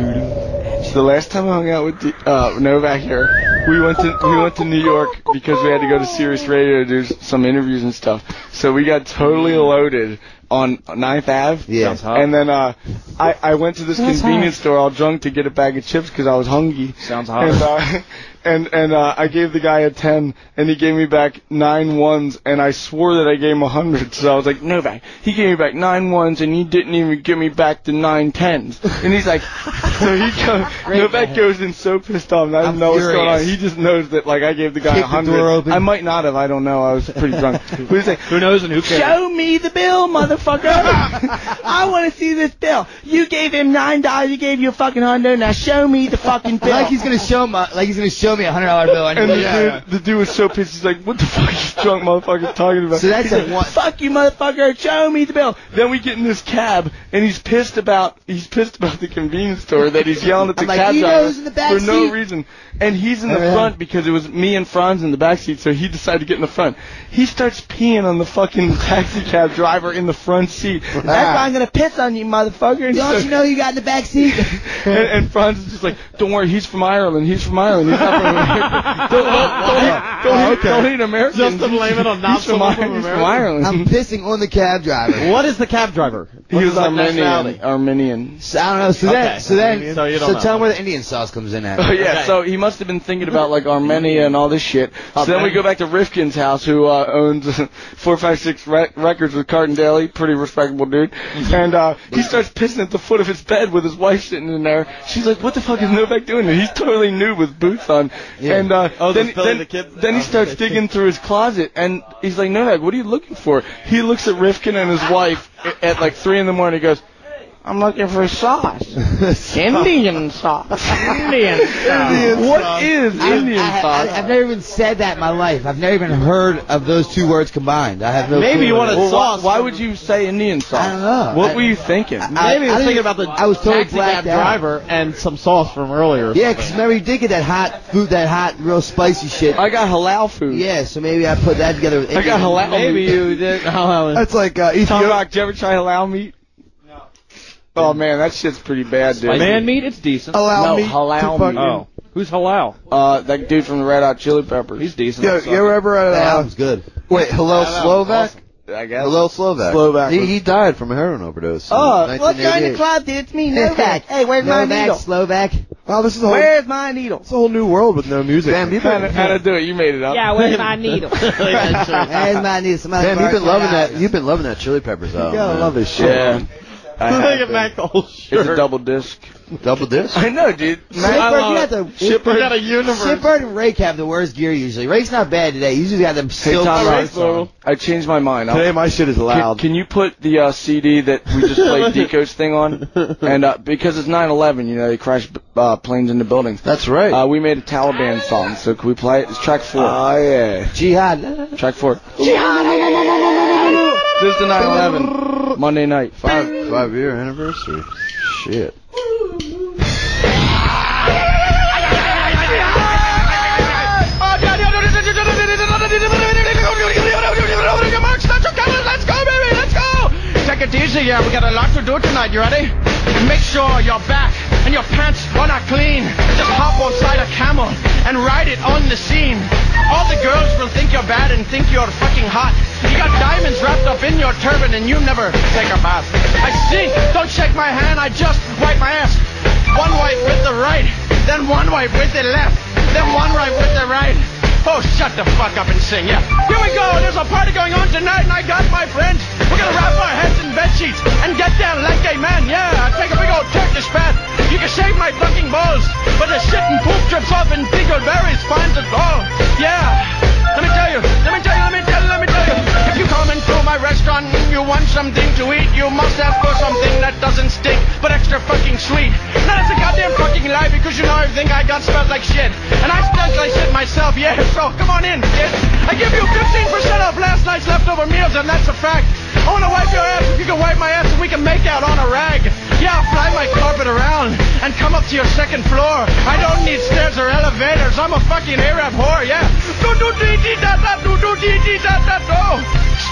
So the last time I hung out with D- uh, Novak here, we went to we went to New York because we had to go to Sirius Radio to do s- some interviews and stuff. So we got totally loaded on Ninth Ave. Yeah. Sounds hot. And then uh, I I went to this convenience store all drunk to get a bag of chips because I was hungry. Sounds hot. And uh, and, and uh, I gave the guy a ten, and he gave me back nine ones, and I swore that I gave him a hundred. So I was like, Novak, he gave me back nine ones, and you didn't even give me back the nine tens. And he's like, so he goes, Novak goes in so pissed off, and I don't know what's going on. furious. He just knows that like I gave the guy Kick a the hundred. door open. I might not have, I don't know. I was pretty drunk. but he's like, Who knows and who cares? Show me the bill, motherfucker. I want to see this bill. You gave him nine dollars. He gave you a fucking hundo. Now show me the fucking bill. Like he's gonna show my, like he's gonna show me a hundred dollar bill. I And need the, it. dude, the dude was so pissed. He's like, "What the fuck is drunk motherfucker talking about?" So that's He's a like, one- Fuck you, motherfucker! Show me the bill. Then we get in this cab, and he's pissed about he's pissed about the convenience store that he's yelling at the I'm like, cab "You know driver who's in the back for no seat?" reason, and he's in the Oh, yeah. front because it was me and Franz in the back seat, so he decided to get in the front. He starts peeing on the fucking taxi cab driver in the front seat. That's Ah. why I'm gonna piss on you, motherfucker. And so- Don't you know you got in the back seat? and, and Franz is just like, don't worry, he's from Ireland. He's from Ireland. He's not Oh, okay. Don't eat American. Just to blame it on not He's from someone Ir- from he's from America. Ireland. I'm pissing on the cab driver. What is the cab driver? He was What's his Armenian. nationality? Armenian. So, I don't know. So Okay. then, so then, Armenian. So you don't know. tell him where the Indian sauce comes in at. Oh yeah, so he must have been thinking about like Armenia and all this shit. So then we go back to Rifkin's house, who uh, owns four five six rec- records with Carton Daly, pretty respectable dude. And uh, he starts pissing at the foot of his bed with his wife sitting in there. She's like, "What the fuck is Novak doing?" And he's totally nude with boots on. And uh, Oh, then that's Billy then, the Kid? then he starts digging through his closet, and he's like, "Novak, what are you looking for?" He looks at Rifkin and his wife at, at like three in the morning. He goes. I'm looking for sauce. Indian sauce. Indian What is Indian I, sauce? have never even said that in my life. I've never even heard of those two words combined. I have no. clue what it Well, is. Why, why would you say Indian sauce? I don't know. What I- were you thinking? I- Maybe I was I didn't- thinking about the I was totally taxi cab blacked out. driver and some sauce from earlier. Yeah, 'cause remember you did get that hot food, that hot, real spicy shit. I got halal food. Yeah, so maybe I put that together with. I got Indian. halal. That's like uh, Tom Rock, did you ever try halal meat? No. Oh man, that shit's pretty bad, dude. Man meat, it's decent. no, halal meat. Oh. Who's halal? Uh, that dude from the Red Hot Chili Peppers. He's decent. Yeah, Yo, you ever at, That uh, album's good. Wait, hello That album Slovak? I guess. Hello Slovak. Slovak He, was- he died from a heroin overdose. in Oh, what kind 1988. of club did it's me? Novak. Novak. Hey, where's my Novak, needle? Slovak. Wow, this is a whole, Where's my needle? it's a whole new world with no music. Damn, you've How to, been, how to do it? You made it up. Yeah, where's my needle? Where's my needle? Somebody Damn, you've borrowed been my loving dollar. that. You've been loving that Chili Peppers album. gotta man. love this shit. Yeah. I have Look at been. Mac the whole It's a double disc. Double disc. I know, dude. Man, I Shitbird, love it. you got the Shitbird- Shitbird and Rake have the worst gear usually. Rake's not bad today. He's just got them Hey, silk Tom shorts on. Rock, I changed my mind. I'll- Today my shit is Can, loud. can you put the uh, CD that we just played Deco's thing on? And uh, because it's 9/11, you know they crash uh, planes into buildings. That's right. Uh, we made a Taliban song, so can we play it? It's track four. Oh yeah. Jihad. track four. This is the 9/11 Monday night. Five five year anniversary. Shit. Let's go, baby. Let's go. Take it easy. Yeah, we got a lot to do tonight. You ready? Make sure your back and your pants are not clean. Just hop on side a camel and ride it on the scene. All the girls will think you're bad and think you're fucking hot. You got diamonds wrapped up in your turban and you never take a bath. I see. Don't shake my hand. I just wipe my ass. One wipe with the right, then one wipe with the left, then one wipe with the right. Oh, shut the fuck up and sing, yeah. Here we go. There's a party going on tonight, and I got my friends. We're gonna wrap our heads in bed sheets and get down like a man, yeah. I take a big old Turkish bath. You can shave my fucking balls, but the shit and poop drips off, and pickled berries finds it all, yeah. Let me tell you, let me tell you, let me tell you, let me tell you. If you come into my restaurant and you want something to eat, you must have for something that doesn't stink, but extra fucking sweet. Now that's a goddamn fucking lie because you know everything I got smells like shit. And I smelled like shit myself, yeah, so come on in, kid. I give you 15% off last night's leftover meals, and that's a fact. I wanna wipe your ass if you can wipe my ass and we can make out on a rag. Yeah, I'll fly my carpet around and come up to your second floor. I don't need stairs or elevators, I'm a fucking Arab whore, yeah. Do do dee dee da da do do dee dee da da do.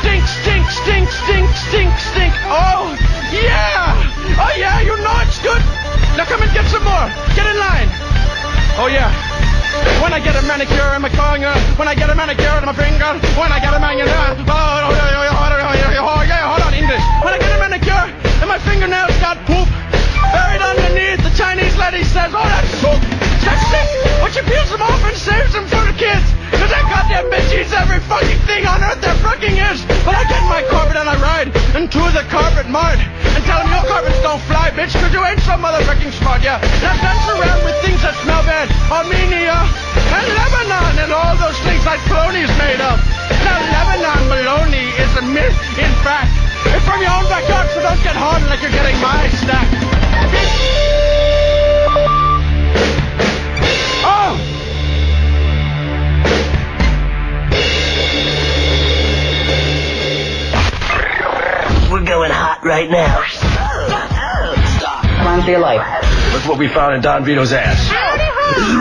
Stink, stink, stink, stink, stink, stink. Oh, yeah! Oh yeah, you know it's good. Now come and get some more. Get in line. Oh yeah. When I get a manicure and my finger, when I get a manicure and my finger, when I get a manicure, oh, oh, oh, oh, oh, oh, oh, oh, yeah, hold on, English. When I get a manicure and my fingernails got poop buried underneath, the Chinese lady says, oh, that's poop. Sexy, but she peels them off and saves them for the kids. Cause that goddamn bitch eats every fucking thing on earth there fucking is. But I get in my carpet and I ride into the carpet mart and tell them your carpets don't fly, bitch, cause you ain't so motherfucking smart, yeah. Now dance around with things that smell bad. Armenia and Lebanon and all those things that cronies made up. Now Lebanon baloney is a myth, in fact. It's from your own backyard, so don't get hard like you're getting my snack. Oh! We're going hot right now. Time for your life. Look what we found in Don Vito's ass.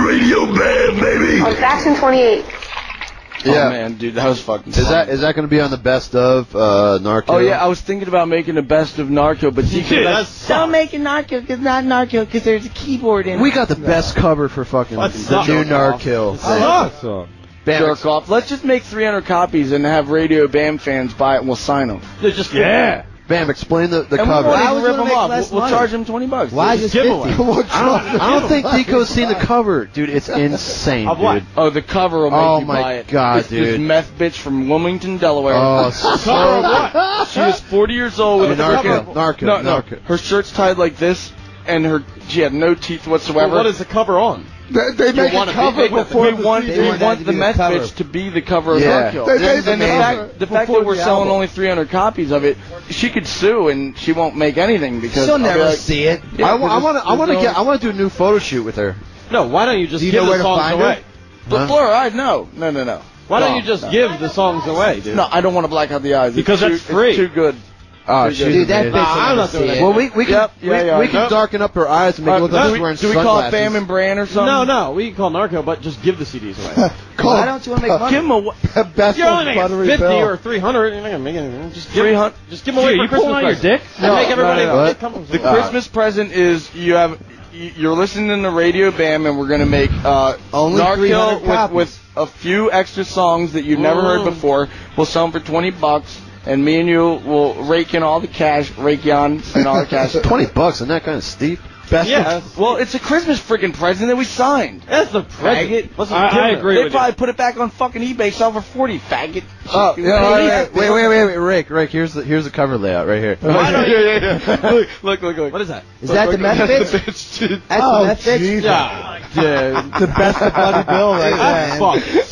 Radio Bam, baby. On Faction 28. Yeah, Oh, man, dude, that was fucking. Is that is that going to be on the best of uh, Narco? Oh yeah, I was thinking about making the best of Narco, but see, 'cause Dude, I- that's- Don't make it narco, cause not narco, cause there's a keyboard in it. we got the best cover for fucking That the sucks. new Narco. thing. jerk off. Let's just make 300 copies and have Radio Bam fans buy it. and We'll sign them. just- Bam, explain the, the and cover. We won't even rip them off. We'll, we'll charge them 20 bucks. Why Dude. just giveaway? I don't, I don't think Nico's seen the cover, dude. It's insane, Of what? dude. Oh, the cover will make Oh you my buy it. God, this, This dude. meth bitch from Wilmington, Delaware. Oh, so- Cover of what? She is 40 years old with Oh, a narco, freaking- narco, no, no. narco. Her shirt's tied like this, and her she had no teeth whatsoever. Well, what is the cover on? they They, make a cover before we the want, CD. we They want that want to the be the meth cover. bitch to be the cover of Yeah. Narco. They made And the and the cover fact, the fact before that we're the selling album. only 300 copies of it, she could sue and she won't make anything because She'll I'll be never like- see it. Yeah, I want. I because want to. I there's want to no- get. I want to do a new photo shoot with her. No, why don't you just Do you give know the where to songs find away? her? The fluoride? No, no, no, no. Why don't No, you just no. give the songs away, dude? No, I don't want to black out the eyes. It's Because too, that's free. It's too good. Oh, Too she's good. a bitch. Well, we we can Yep, we, yeah, yeah. we can Nope. darken up her eyes and make it look All like right, she's wearing do we- do we call it sunglasses. Bam and Bran or something? No, no, we can call Narco, but just give the CDs away. Why don't you want to make money? Give him a best You're of only making Buttery 50 Bell. or 300. You're not gonna make anything. Just give, 300 just give them away. Dude, for you Christmas pulling out your presents. dick? No, and make no, everybody no, no. get couples. Uh, The Christmas present is you have you- you're listening to Radio Bam, and we're gonna make uh, Only Narco 300 with, copies. with a few extra songs that you've never heard Mm. before. We'll sell them for twenty bucks, and me and you will rake in all the cash, rake yon and all the cash. Twenty bucks and that kind of steep. Best Yeah. Well, it's a Christmas freaking present that we signed. That's the present. What's the I- difference? I agree They with you. probably put it back on fucking eBay, sell for forty, faggot. Oh, Fucking yeah, all idiot. right, wait, wait, wait, wait, Rick, Rick. Here's the here's the cover layout right here. look, look, look, look. What is that? Is that the meth bitch? That's the bitch, That's the Oh, meth bitch? Jesus. Yeah. The best of Buddy Bill right That's there. fucking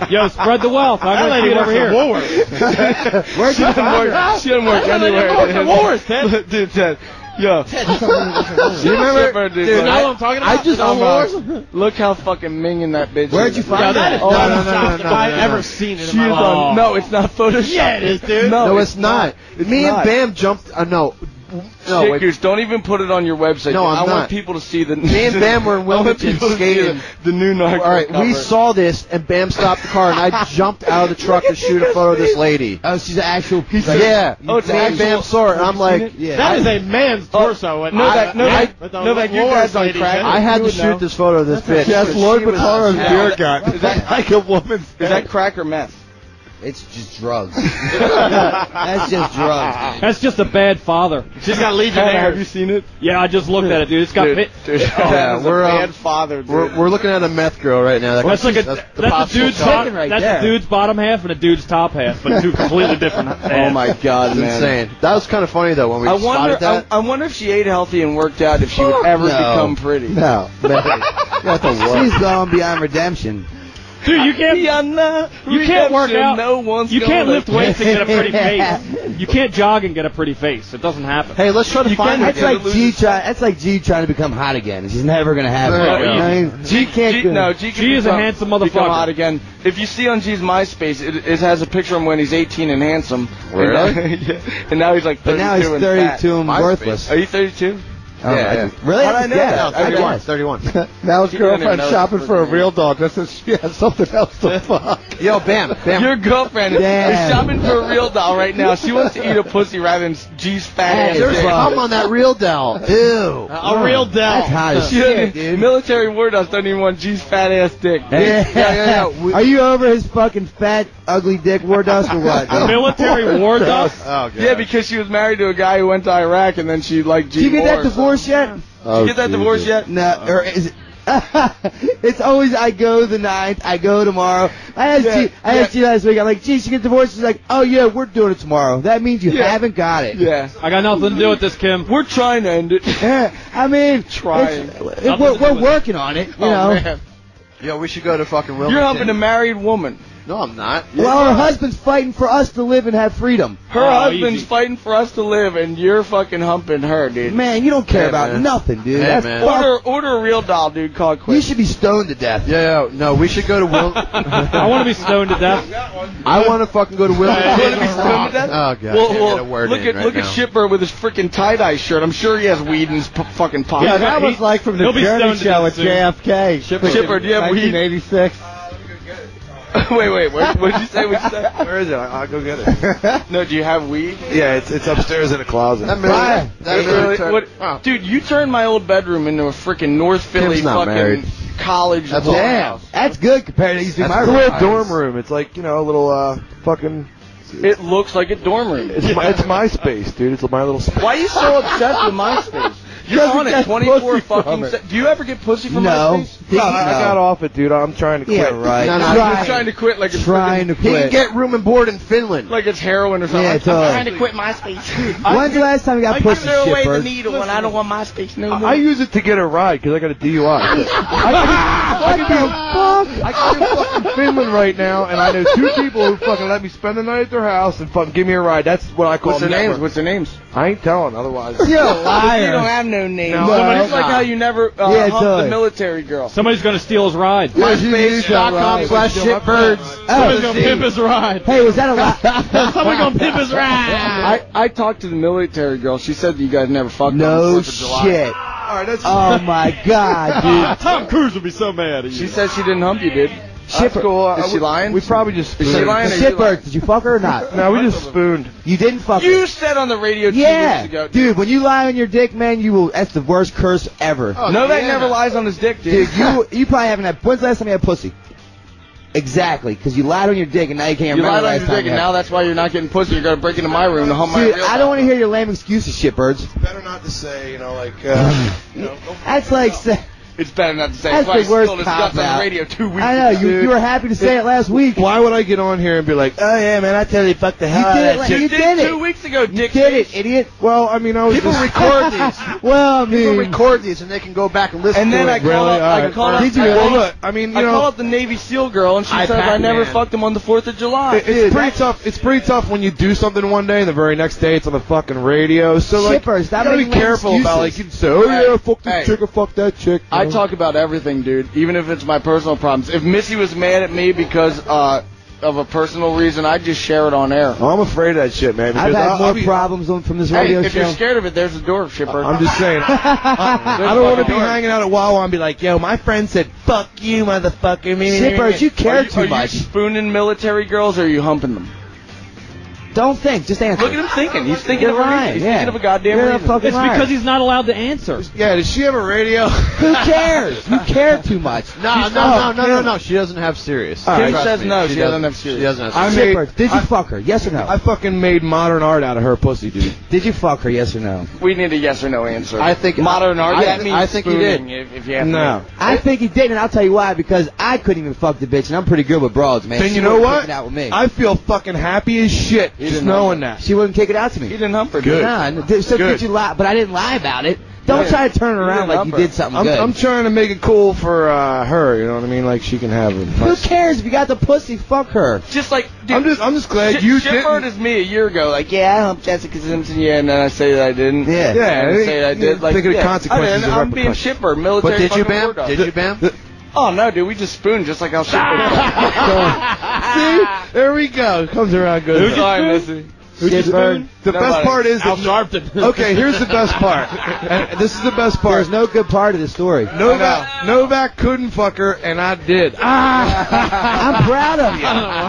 sick. Yo, spread the wealth. I'm That gonna lady see it works over at here. Woolworths. Where'd she you doesn't find work. her? She doesn't work That lady anywhere. works at Woolworths, Ted. Dude, Ted. Yo. You remember- Shipper, dude, dude, I- I- I just- Woolworths? Look how fucking minging that bitch. Where'd is. you find Yeah, that that? is Oh, not no, a no, shop no, that no, I've no, no. ever seen in She my is life. on- No, it's not Photoshop. Yeah, it is, dude. No, No, it's not. Me and not. Bam jumped. Uh, no, no. wait. Stickers, don't even put it on your website. No, I'm I want not. people to see the. Me and Bam were in I want Wilmington people to see skating. The, the new narco. All right, we cover. saw this, and Bam stopped the car, and I jumped out of the truck to shoot a photo of this lady. Oh, she's an actual piece. of- Yeah, Oh, it's me and actual- Bam saw her, and I'm like, yeah. That I- is a man's torso. and no, I- that- no, I- that- with the no, that you Woolworths guys on lady crack. head. I had to You would shoot this photo of this bitch. Yes, Lord She was- Bataro's Yeah. beer gut. Is that like a woman's? Is that crack or meth? It's just drugs. That's just drugs. That's just a bad father. She's got Have Legionnaires. you seen it? Yeah, I just looked at it, dude. It's got Dude, pit. dude, yeah, we're, um, We're, we're looking at a meth girl right now. That that's like a that's that's, the a possible dude's cover. bottom, that's a dude's bottom half and a dude's top half, but two completely different. Oh halves. my god, It's man! insane. That was kind of funny though when we I spotted wonder. I, that. I wonder if she ate healthy and worked out, if she would ever No. become pretty. No, What the world? She's gone beyond redemption. Dude, you can't. you can't work redemption, out. no one's you can't gonna lift look. weights and get a pretty face. You can't jog and get a pretty face. It doesn't happen. Hey, let's try to You Fine, can- that's like G try, That's like G trying to become hot again. She's never gonna have it. There you You know what I go. mean? G, She can't. G, go- no, G, can G is a become- handsome Become motherfucker. hot again. If you see on G's MySpace, it, it has a picture of him when he's 18 and handsome. Really? And, now- and now he's like 32 But now he's and fat. 32 and worthless. Are you 32? Oh, I just- really? How'd I know Yeah, that? I I guess. guess. 31. Now his She didn't even girlfriend's know shopping this for a was me. real dog. That's if she has something else to fuck. Yo, bam, bam. Your girlfriend Damn. is shopping for a real doll right now. She wants to eat a pussy rather than G's fat ass. There's dick. cum on that real doll. Ew. A real doll. That's hot as She doesn't- shit, dude. Military word house doesn't even want G's fat ass dick. Yeah. Are you over his fucking fat, ugly dick war dust or what? Military war dust? Oh, yeah, because she was married to a guy who went to Iraq and then she liked G. Did you get that more, so- divorce yet? Did you get that divorce yet? No, or is it? it's always I go the ninth, I go tomorrow. I asked Yeah, you, I asked you last week. I'm like, geez, you get divorced? She's like, oh yeah, we're doing it tomorrow. That means you Yeah. haven't got it. Yeah. I got nothing to do with this, Kim. We're trying to end it. I mean, Trying. it's- it- we're, we're working on it. You Oh, know. man. Yo, we should go to fucking Wilmington. You're helping a married woman. No, I'm not. Well, her husband's fighting for us to live and have freedom. Her husband's fighting for us to live, and you're fucking humping her, dude. Man, you don't care Yeah, about man. nothing, dude. Yeah, That's man. fucked Order, order a real doll, dude. Call it You quits. should be stoned to death. Yeah, yeah, no, we should go to Wil. I want to be stoned to death. I want to fucking go to Wilmington. You wanna be stoned to death? Oh god, Well, I can't well, get a word look in at right look now. at Shipbird with his freaking tie dye shirt. I'm sure he has weed in his p- fucking pocket. Yeah, that was like from the he'll be Journey stoned to show death at soon. JFK. Shipper, do you have weed? 1986. wait, wait. What, what'd you say? What'd you say? Where is it? I- I'll go get it. no, do you have weed? Yeah, it's it's upstairs in a closet. Brian, that you really really- turned- what- dude, you turned my old bedroom into a freaking North Philly Tim's not fucking married. college. That's dorm damn. house. That's good compared to used to be That's my a room. real dorm room. It's like you know a little uh fucking. It looks like a dorm room. It's my it's MySpace, dude. It's my little. Sp- Why are you so obsessed with MySpace? You're Doesn't on it get 24 pussy from fucking. it. Se- Do you ever get pussy from no, MySpace? no, I, I No. got off it, dude. I'm trying to quit. Yeah, right. No, no, Trying. you're trying to quit like it's Trying freaking- to quit. He can get room and board in Finland, like it's heroin or something. Yeah, Like, totally. I'm trying to quit MySpace. When's the last time you got pussy threw shit, away the Bird? needle when I don't want MySpace no more. I use it to get a ride because I got a DUI. I can do, I can do fucking Finland right now, and I know two people who fucking let me spend the night at their house and fucking give me a ride. That's what I call What's their network. names? What's their names? I ain't telling otherwise. You're a liar. You don't have no name. No, but it's like how you never uh, Yeah, humped totally. the military girl. Somebody's gonna steal his ride. MySpace.com slash shitbirds. Somebody's gonna pimp his ride. Hey, was that a lot? Somebody gonna pimp his ride. I, I talked to the military girl. She said that you guys never fucked on No the 4th of July. shit. Oh my god, dude. Tom Cruise would be so mad at you. She said she didn't hump you, dude. uh, That's cool. Is she lying? We probably just Is she spooned. lying or you lying? Shitbird, did you fuck her or not? No, we just spooned. You didn't fuck her. You said on the radio two yeah, weeks ago. dude. When you lie on your dick, man, you will. That's the worst curse ever. no, that never lies on his dick, Oh, dude. Dude, you you probably haven't had. When's the last time you had pussy? Exactly, because you lied on your dick and now you can't You remember lied the on last your time dick, you and had- now that's why you're not getting pussy. You're gonna break into my room to hump my Dude, real. I don't want to hear your lame excuses, shitbirds. Better not to say, you know, like. Uh, That's like. sa- It's better not to say. That's why the worst I spilled his guts on cop-out. the radio two weeks. I know ago. you, you were happy to say it last week. Why would I get on here and be like, oh yeah, man, I totally fucked the hell You out did it. of that like- chick." Uh, You did Two it. weeks ago, dick. Did it, idiot. Well, I mean, I was People just- record these. well, I mean, People record these and they can go back and listen And to then it. I called up. I called up. Did you I really? called Well, up- look, I mean, you I know- called up the Navy SEAL girl, and she I says I Pac-Man. never fucked him on the Fourth of July. It- It's pretty tough. It's pretty tough when you do something one day and the very next day it's on the fucking radio. So like, Shippers, you that gotta be makes lame careful about like excuses. you can say, oh yeah, fuck this Hey. chick or fuck that chick. you I know? talk about everything, dude. Even if it's my personal problems. If Missy was mad at me because uh, of a personal reason, I'd just share it on air. Oh, I'm afraid of that shit, man. I've because had I'll- more I'll be- problems on, from this Hey, radio if show. you're scared of it, there's a door, shipper. I'm just saying. I, I don't want to be hanging out at Wawa and be like, yo, my friend said, fuck you, motherfucker. me, me, me, Shippers, me." you care Are you, too are you much. spooning military girls, or are you humping them? Don't think, just answer. Look at him thinking. He's thinking You're of a reason. lying, He's yeah. thinking of a goddamn You're a reason. fucking It's liar. because he's not allowed to answer. Yeah, does she have a radio? Who cares? You care too much. No, She's- no, no, oh, no, no, no. She doesn't have serious. All right. Trust says me, no, she doesn't doesn't. have serious. She doesn't have I serious. made, Shipper, did you fuck her? Yes or no? I fucking made modern art out of her pussy, dude. Did you fuck her? Yes or no? We need a yes or no answer. I think- modern I- art. I- that means I think you spooning, did. If, if you have No. I think he did, and I'll tell you why. Because I couldn't even fuck the bitch, and I'm pretty good with broads, man. Then She you know wouldn't what? Kick it out with me. I feel fucking happy as shit just didn't knowing that. she wouldn't kick it out to me. He didn't hump her. Good. Nah, and th- so Good. did you lie? But I didn't lie about it. Don't Yeah. try to turn You around didn't like you hump her. did something I'm, good. I'm trying to make it cool for uh, her. You know what I mean? Like she can have it. Who cares if you got the pussy? Fuck her. uh, Just like dude, I'm just, I'm just glad Shit- you shit burned didn't. as me a year ago. Like, yeah, I humped Jessica Simpson. Yeah, and then I say that I didn't. Yeah. And then I Yeah, say that I you- did. Like, think of the yeah, consequences I didn't. and I'm being repercussions. shipper, military. But did you, fucking Bam? war dog. Did you, Bam? Oh no, dude, we just spooned just like how shipper. See, there we go. Comes around Who'd good. you Sorry, Missy. Shit burn. The best Nobody. part is Al that, Sharpton. okay. Here's the best part. And this is the best part. There's no good part of the story. Novak, Novak couldn't fuck her, and I did. Ah, I'm proud of you.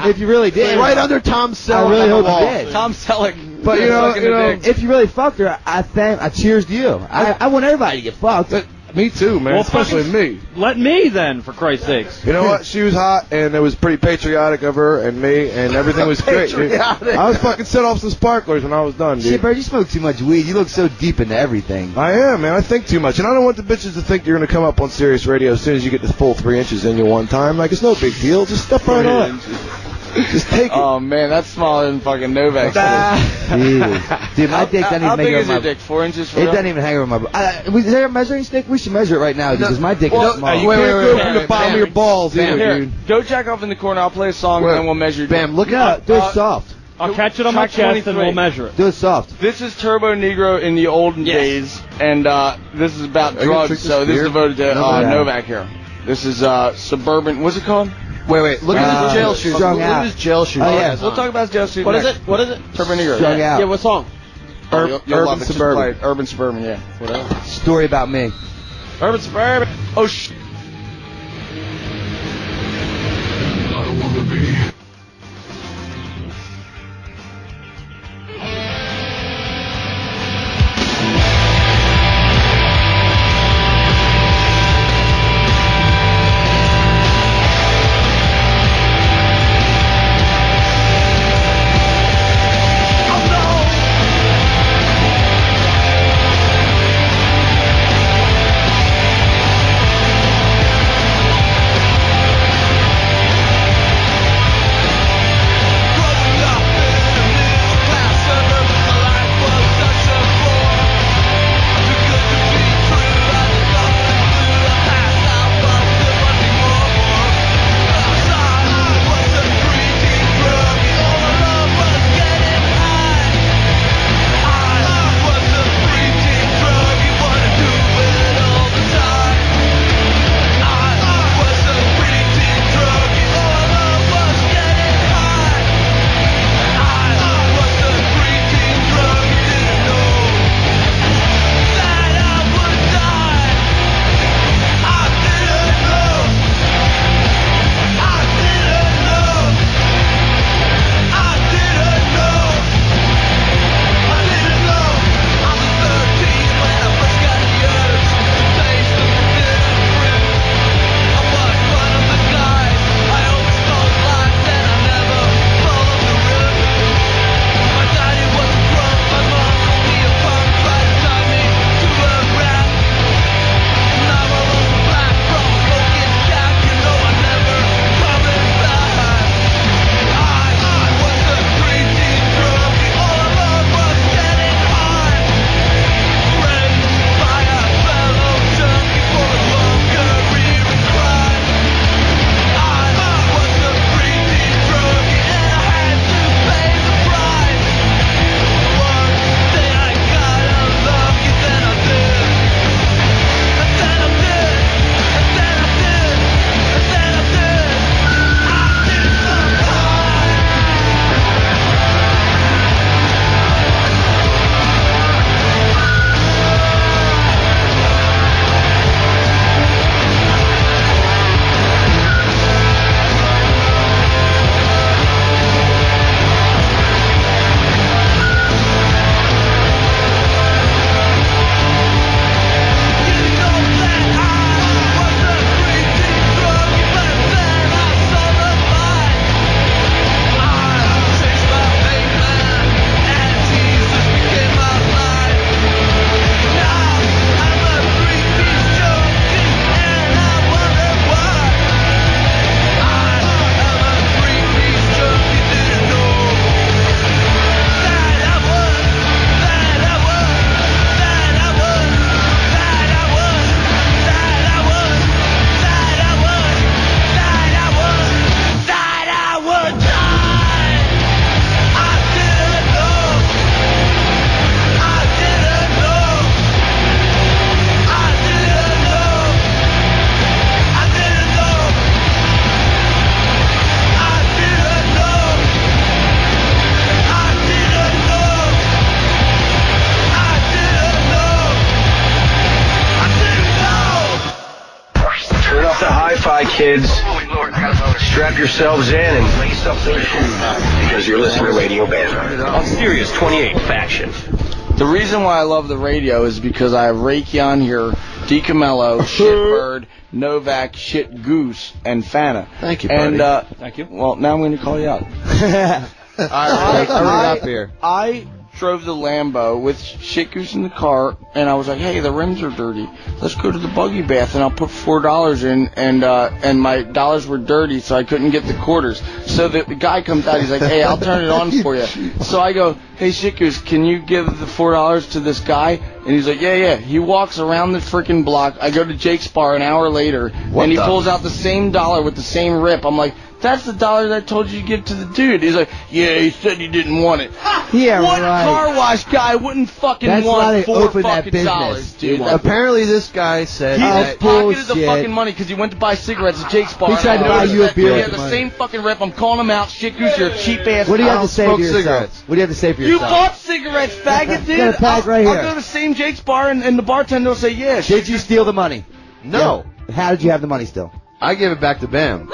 if you really did, right under Tom Selleck. I really on hope the wall. you did. Tom Selleck. But you know, Sucking you the know, dick. If you really fucked her, I thank, I cheers to you. I, I want everybody to get fucked. but me too, man. Well, especially fucking- me. Let me then, for Christ's sakes. You know what? She was hot, and it was pretty patriotic of her and me, and everything was great. dude. Patriotic. I was fucking set off some sparklers when I was done, Shit, dude. bird, you smoke too much weed. You look so deep into everything. I am, man. I think too much, and I don't want the bitches to think you're gonna come up on serious radio as soon as you get the full three inches in you one time. Like it's no big deal. Just step right on. Just take it. Oh man, that's smaller than fucking Novak. Jeez. Dude, my dick doesn't How even big hang is over your my. dick? Four inches. For It real? doesn't even hang over my. I, was there a measuring stick? We should measure it right now because my dick Well, is small. you Wait, can't wait, go wait, from wait, the bottom wait, of your balls Bam, either, here, dude. go jack off in the corner. I'll play a song Where? and then we'll measure. your Bam, dick. look No, up. do Uh, it soft. I'll catch it on my Chuck chest and 23. we'll measure it. Do it soft. This is Turbo Negro in the olden days, and uh, this is about you gonna drink drugs. So this this is beer? devoted to uh, Yeah. Novak here. This is uh, suburban. What's it called? Wait, wait. Look at Uh, his jail shoes. Look strung at out. his jail shoes. Oh, yeah. We'll talk about Joe What is it? What is it? Turbo Negro. Strung yeah. out. Yeah, what song? Ur- You'll- you'll urban love it. Just suburban. play Urban suburban. Yeah. Whatever. Story about me. Urban suburban. Oh sh. I don't want to be strap yourselves in and lace up those shoes because you're listening to Radio Band on Sirius 28 Faction. The reason why I love the radio is because I have Reiki on here, DiCamello, Shitbird, Novak, Shit Goose, and Fana. Thank you, buddy. And uh, thank you. Well, now I'm going to call you out. uh, I, Thanks for I- up here. I drove the Lambo with Shit Goose in the car, and I was like, "Hey, the rims are dirty. Let's go to the buggy bath, and I'll put four dollars in." And uh, and my dollars were dirty, so I couldn't get the quarters. So the guy comes out, he's like, "Hey, I'll turn it on for you." So I go, "Hey, Shit Goose, can you give the four dollars to this guy?" And he's like, "Yeah, yeah." He walks around the freaking block. I go to Jake's bar an hour later, and he the- pulls out the same dollar with the same rip. I'm like. That's the dollar that I told you to give to the dude. He's like, yeah, he said he didn't want it. Yeah, what right. car wash guy wouldn't fucking That's why want they four opened that fucking business. dollars, dude? That- Apparently, this guy said he that just pocketed the fucking money because he went to buy cigarettes at Jake's bar. He and tried I to buy noticed you a that beer He with the had the money. same fucking rep. I'm calling him out. Shit, goose, you're a cheap ass. What do you have I to don't say smoke to yourself? cigarettes. What do you have to say for You yourself? bought cigarettes, faggot, dude. Got a pack I'll, right I'll here. go to the same Jake's bar and, and the bartender will say, yeah. Shit. Did you steal the money? No. How did you have the money still? I gave it back to Bam.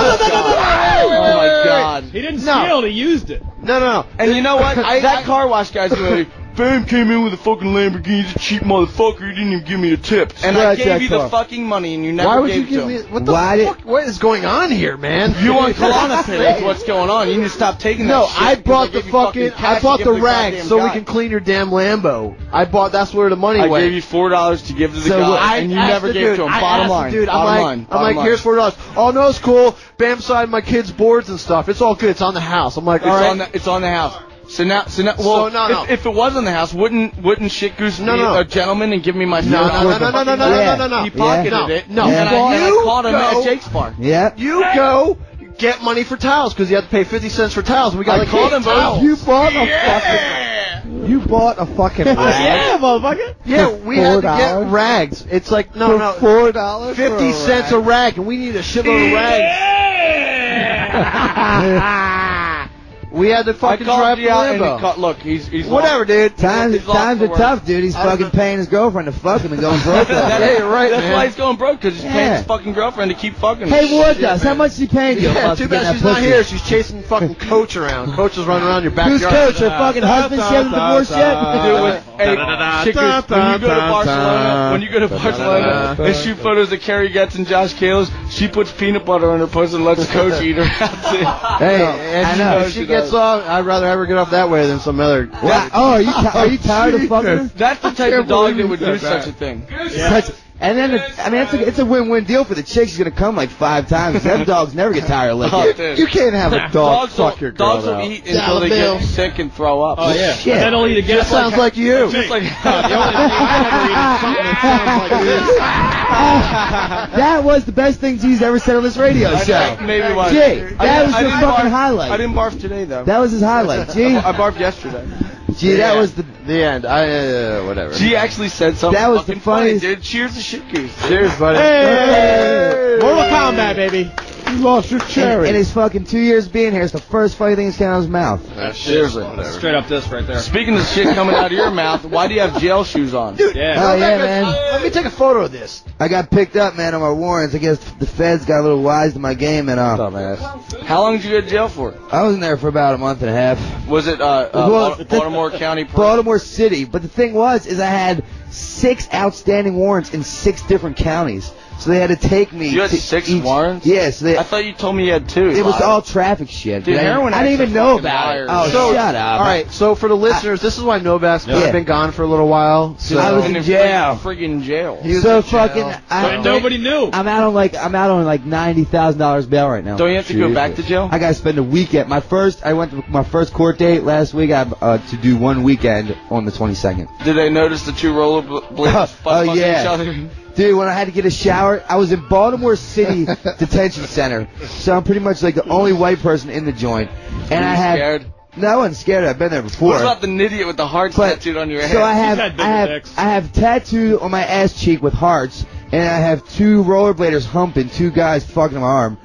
Oh my God. He didn't No. steal it, he used it. No, no. And you know what? I, That that car wash guy's going to Bam came in with a fucking Lamborghini, he's a cheap motherfucker. He didn't even give me a tip. And I Scratch that gave you the car. fucking money, and you never Why would gave you it give to him. me- what the Why did- fuck- what is going on here, man? You want Klonopin? That's Hey. what's going on. You need to stop taking that. No, shit I because brought the gave you fucking fucking, cash I to brought give the the rag goddamn so we guy. can clean your damn Lambo. I bought that's where the money I went. gave you four dollars to give to the So guy, I and you asked never the gave dude, to him. I Bottom asked the line, dude, bottom I'm like, line, I'm bottom like, line. here's four dollars. Oh no, it's cool. Bam signed my kids' boards and stuff. It's all good. It's on the house. I'm like, It's all right. on the it's on the house. So now, so now, well, So, no, no. If, if it was on the house, wouldn't wouldn't shit goose No, be no. a gentleman and give me my No, $4? no, no, no, no, no, no, no, no, no. He pocketed Yeah. it. No. and, I, and I You caught him go- at Jake's bar. yeah. You go get money for towels because you have to pay fifty cents for towels. We got I like caught eight him, bro. towels. You bought a fucking. You bought a fucking Yeah, motherfucker. Yeah, we had to get $4? rags. It's like no, For no, four dollars for fifty a cents a rag, and we need a shitload of rags. we had to fucking I called drive the you out and Lambo. he caught, look, he's he's Whatever, lost. dude. Times, He's lost times the are world. tough, dude. He's I don't fucking paying his girlfriend to fuck him and going broke. That- yeah, That's why he's going broke because he's paying Yeah. his fucking girlfriend to keep fucking. him. Hey, Shit, Woodhouse, how man. much is he paying you? a Yeah, month too to get bad that she's not pussy? here. She's chasing fucking coach around. Coach is running around your backyard. Who's coach? Her fucking husband? She hasn't divorced Dude, when, yet? hey, Chickers, when you go to Barcelona, when you go to Barcelona and shoot photos of Kerry Getz and Josh Kalos, she puts peanut butter on her pussy and lets Coach eat her. That's it. Hey, No, and I she- know. if she gets off, I'd rather have her get off that way than some other. Wow. Oh, are you, ti- are you tired of fucking her? That's the type of dog that would do such a thing. Such- and then, the, I mean, it's a, it's a win-win deal for the chick. She's gonna come like five times. Them dogs never get tired of licking. Oh, dude. you can't have a dog dogs will- fuck your girl. Dogs will though. eat until they Dollar get sick and throw up. Oh, yeah. Shit. Then he'll eat again. Just sounds like you. Just like that was the best thing he's ever said on this radio I- I- show. maybe why. Jake, I- that I was your didn't fucking barf- highlight. I didn't barf today though. That was his highlight. Gee, I barfed yesterday. gee, that was the the end. I uh, whatever. She actually said something. That was fucking the funniest- funny, dude. Cheers to shit goose. Cheers, buddy. Hey! Mortal Kombat, baby. You lost your in, cherry. in his fucking two years being here. It's the first funny thing that's came out of his mouth. Seriously. Straight up this right there. Speaking of shit coming out of your mouth, why do you have jail shoes on? Oh yeah, man. Let me take a photo of this. I got picked up, man, on my warrants. I guess the feds got a little wise to my game, and uh, How long did you go to jail for? I was in there for about a month and a half. Was it uh, uh, Well, Ba- Baltimore County? Prison? Baltimore City. But the thing was, is I had six outstanding warrants in six different counties, so they had to take me. You had to six each- warrants? Yes, they, I thought you told me you had two. it was all traffic shit. Dude, I didn't- heroin I didn't addicts even are know fucking about it. liars. Oh, So- shut up. All right, so for the listeners, this is why Novak's Yeah. has been gone for a little while. So I was in jail. Friggin' jail. So fucking. I, And nobody knew. I'm out on like I'm out on like ninety thousand dollars bail right now. Don't you have to go back to jail? I gotta spend a weekend. My first, I went to my first court date last week. I have uh, to do one weekend on the twenty second. Did they notice the two rollerblades Oh, fucking yeah. each other? Dude, when I had to get a shower, I was in Baltimore City Detention Center, so I'm pretty much like the only white person in the joint. And Were I you had scared? no, I wasn't scared. I've been there before. What about the idiot with the heart tattooed on your head? So I have I have I have tattoo on my ass cheek with hearts, and I have two rollerbladers humping two guys fucking my arm,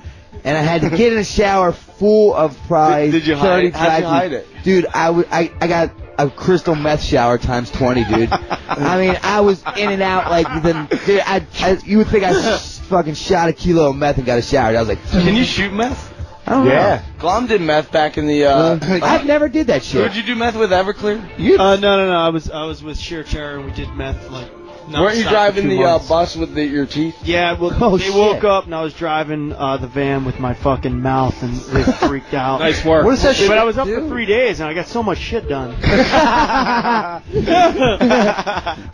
and I had to get in a shower full of probably Did- did you hide thirty it? How'd you tragedies. hide it? dude. I, w- I I got a crystal meth shower times twenty, dude. I mean, I was in and out like the dude. I, I you would think I s- fucking shot a kilo of meth and got a shower. I was like, Can you shoot meth? I don't Yeah. Glom did meth back in the. Uh, know. I've never did that Who shit. did you do meth with? Everclear? Uh, no, no, no. I was I was with Sheer Terror and we did meth like. Weren't nonstop you for driving two the uh, months. bus with the, your teeth? Yeah, well, Oh, they shit. woke up and I was driving uh, the van with my fucking mouth and they freaked out. Nice work. What is that Shit, But I was up dude. for three days and I got so much shit done. I,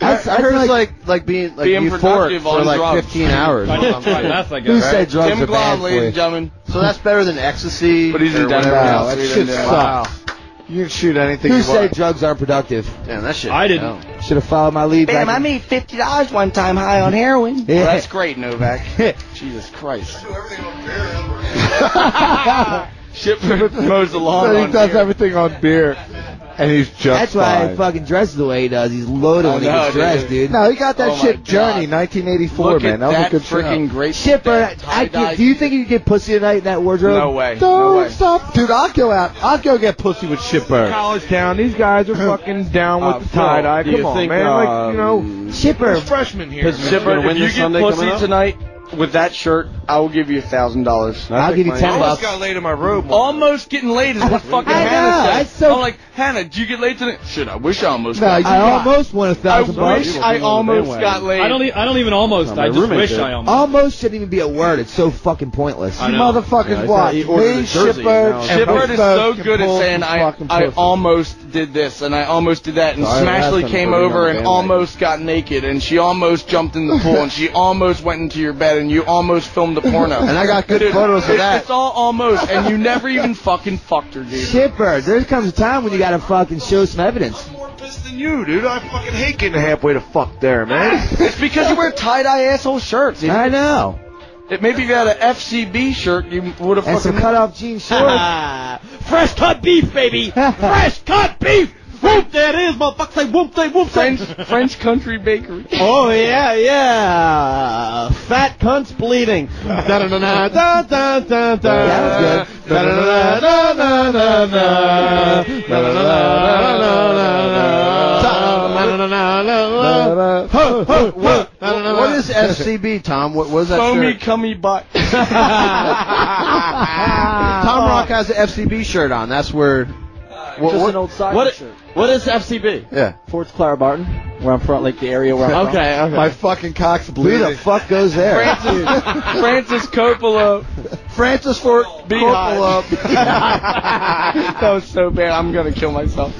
I heard it's like like being like Being euphoric productive for on like drugs. 15 hours. I did try meth, I guess, Who said right? drugs Tim are bad Glom, for ladies you? and gentlemen. So that's better than ecstasy. But he's in or Denver whatever now, else. so he That shit doesn't do it. sucks. You can shoot anything Who you said want. drugs aren't productive? Damn, that shit. I didn't. Should have followed my lead. Bam, back I in- made fifty dollars one time high on heroin. Yeah. Well, that's great, Novak. Jesus Christ. Shipper mows the lawn. he on does here. everything on beer, and he's just That's why he fine. fucking dresses the way he does. He's loaded I when he know, gets dressed, dude. dude. No, he got that Oh my shit God. Journey, 1984, Look man. at That was a good freaking show. great Shipper. I get, do you think you could get pussy tonight in that wardrobe? No way. Don't No way. stop, dude. I'll go out. I'll go get pussy with Shipper. College down. These guys are fucking down with Uh, the tie dye. Phil, do Come you on, think, man. like you um, know, Shipper. there's freshmen here. Shipper, if you get pussy tonight with that shirt, I will give you thousand dollars. I'll give you ten bucks. got laid in my robe. Almost getting laid is what fucking I Hannah know, said. that's so- I'm like, Hannah, did you get laid tonight? Shit, I wish I almost. No, got you laid. I almost won a thousand I bucks. wish I almost got laid. I don't. E- I don't even almost. I just wish I almost. Almost shouldn't even be a word. It's so fucking pointless. I You know. motherfuckers it's watch. not- he ordered Me, a jersey, Shepard, you know. Shepard is so good at saying I, fucking I pussy. almost did this and I almost did that and Sorry, Smashley that's came unfortunate over and bandwagon. almost got naked and she almost jumped in the pool and she almost went into your bed and you almost filmed a porno And I got good Dude, photos of it's- that. It's all almost and you never even fucking fucked her, dude. Shipper, there comes a time when you gotta fucking show some evidence. than you, dude. I fucking hate getting halfway to fuck there, man. It's because you wear tie dye asshole shirts. I know. It, maybe if you had an FCB shirt, you would have fucking. And some cut off jean Ah. shorts. Fresh cut beef, baby. Fresh cut beef. Whoop, there it is, motherfucker. Say whoop, say whoop. French, French country bakery. Oh yeah, yeah. Fat cunts bleeding. Da-da-da-da, da-da-da-da. Da-da-da-da-da-da-da. Da-da-da-da-da-da-da. Ho, ho, ho. What is SCB, Tom? What was that? Foamy shirt? cummy butt. Tom Rock has an FCB shirt on. That's where. What, Just what- an old soccer what- shirt. What is FCB? Yeah. Ford's Clara Barton. We're on Front Lake, the area where I'm Okay, from. okay. My fucking cock's bleeding. Who the fuck goes there? Francis, Francis Coppola. Francis Ford Coppola. that was so bad. I'm gonna kill myself.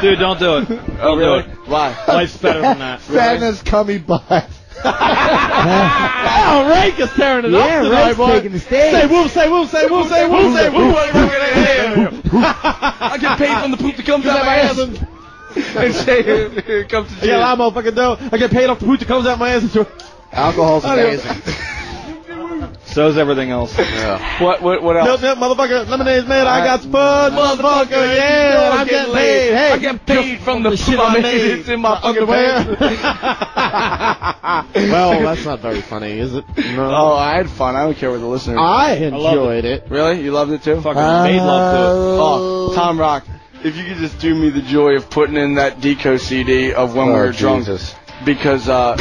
Dude, don't do it. Don't Oh, really? do it. Why? Life's better than that. Santa's coming by. Oh, Rake is tearing it Yeah, up tonight, Rake's boy. taking the stage. Say woo, say woo, say woo, say woo, say woo. I get paid from the poop that comes out of my ass. and say, here comes the Yeah, cheer. I motherfucking know. I get paid off the hoot that comes out my ass. Alcohol's amazing. So's everything else. What? What? What Milk, milk, motherfucker, lemonade's made. I got spud, motherfucker. Yeah, I'm getting laid. Hey, I get paid from the, shit I I made. made. It's in my fucking underwear. pants. well, that's not very funny, is it? No. Oh, I had fun. I don't care what the listeners. I think. enjoyed loved Really? You loved it too? Fucking made love to it. Oh, Tom Rock, if you could just do me the joy of putting in that deco CD of when we Oh, were drunk, Jesus. because uh,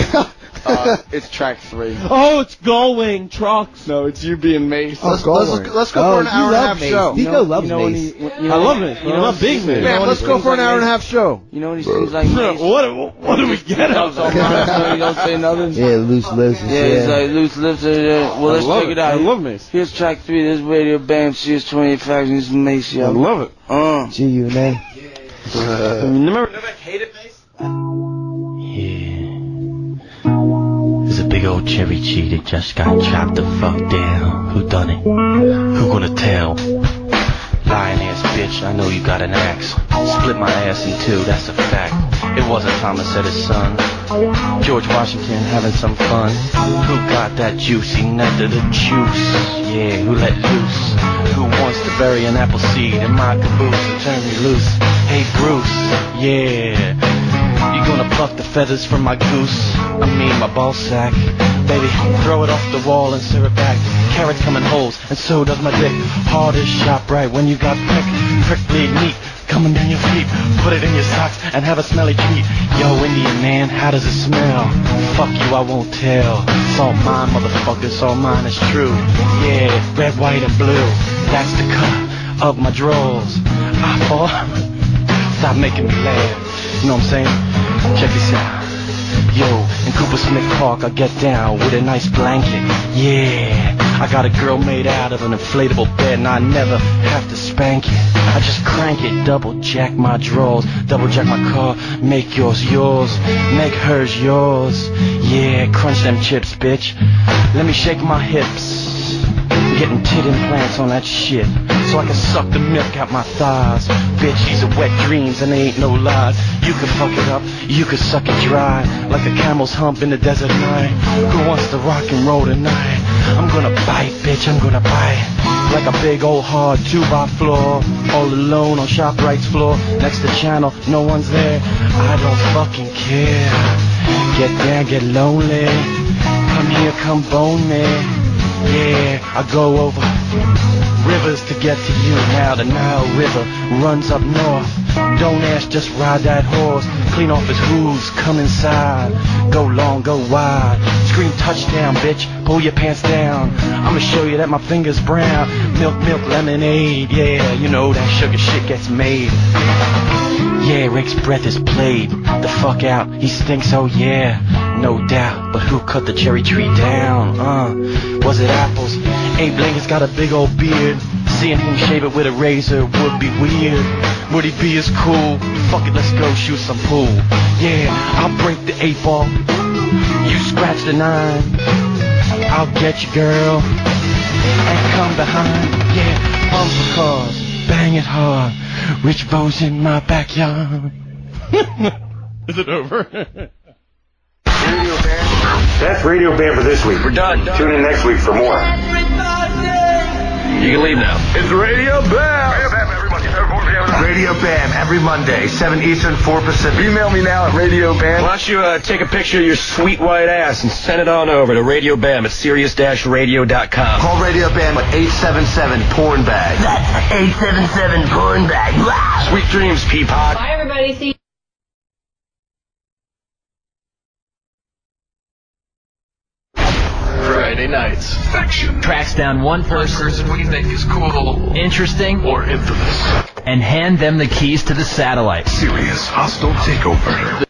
uh, it's track three. Oh, it's going trucks. No, it's you being Mace. Oh, Let's- let's- let's- let's go for an hour and a half show. You Deco know- loves you know when Mace. he- when- I you know love when- Mace. you know I when love he Big sings- Mace. you know Man, when let's he go sings for an like hour and a Mace? half show. You know when he sings like Mace? What? What do we get out of You don't say nothing. Yeah, loose lips. and Yeah, shit. it's like loose lips. uh, uh, well, I let's love check it. it, out. I love Mace. Here's track three. This is Radio Bam. She's 25. and This is Mace. Yo. I love it. Uh. Gee, you man. Remember? There's a big old cherry tree that just got chopped the fuck down. Who done it? Who gonna tell? Lying ass bitch, I know you got an axe. Split my ass in two, that's a fact. It wasn't Thomas Edison's son. George Washington having some fun. Who got that juicy nectar, the juice? Yeah, who let loose? Who wants to bury an apple seed in my caboose and turn me loose? Hey Bruce, yeah. You gonna pluck the feathers from my goose? I mean my ball sack. Baby, throw it off the wall and serve it back. Carrots come in holes, and so does my dick. Hard as shop right when you got prick. Prick bleed meat. coming down your feet. Put it in your socks and have a smelly treat. Yo, Indian man, how does it smell? Fuck you, I won't tell. It's all mine, motherfucker, it's all mine, it's true. Yeah, red, white, and blue. That's the color of my drawers. I fall. Stop making me laugh. You know what I'm saying? Check this out. Yo, in Cooper Smith Park, I get down with a nice blanket. Yeah, I got a girl made out of an inflatable bed, and I never have to spank it. I just crank it, double jack my drawers, double jack my car, make yours yours, make hers yours. Yeah, crunch them chips, bitch. Let me shake my hips. Getting tit implants on that shit. So I can suck the milk out my thighs. Bitch, these are wet dreams and they ain't no lies. You can fuck it up, you can suck it dry. Like a camel's hump in the desert night. Who wants to rock and roll tonight? I'm gonna bite, bitch, I'm gonna bite. Like a big old hard two by floor. All alone on ShopRite's floor. Next to channel, no one's there. I don't fucking care. Get down, get lonely. Come here, come bone me. Yeah, I go over rivers to get to you. Now the Nile River runs up north. Don't ask, just ride that horse. Clean off his hooves, come inside. Go long, go wide. Scream touchdown, bitch. Pull your pants down. I'ma show you that my fingers brown. Milk, milk, lemonade. Yeah, you know that sugar shit gets made. Yeah, Rick's breath is played. The fuck out, he stinks, oh yeah. No doubt, but who cut the cherry tree down? Uh, was it apples? Abe Lincoln's got a big old beard. Seeing him shave it with a razor would be weird. Would he be as cool? Fuck it, let's go shoot some pool. Yeah, I'll break the eight ball. You scratch the nine. I'll get you, girl. And come behind. Yeah, bump the cars. Bang it hard. Rich Bo's in my backyard. Is it over? That's Radio Band for this week. We're done. Tune in next week for more. You can leave now. It's Radio Bam. Radio Bam every Monday, 7 Eastern, 4 Pacific. Email me now at Radio Bam. Why don't you uh, take a picture of your sweet white ass and send it on over to Radio Bam at serious-radio.com. Call Radio Bam at 877 Porn Bag. That's 877 Porn Bag. Sweet dreams, Peapod. Bye, everybody. See Friday nights. Fiction. Tracks down one person. we think is cool, interesting, or infamous. and hand them the keys to the satellite. Serious hostile takeover.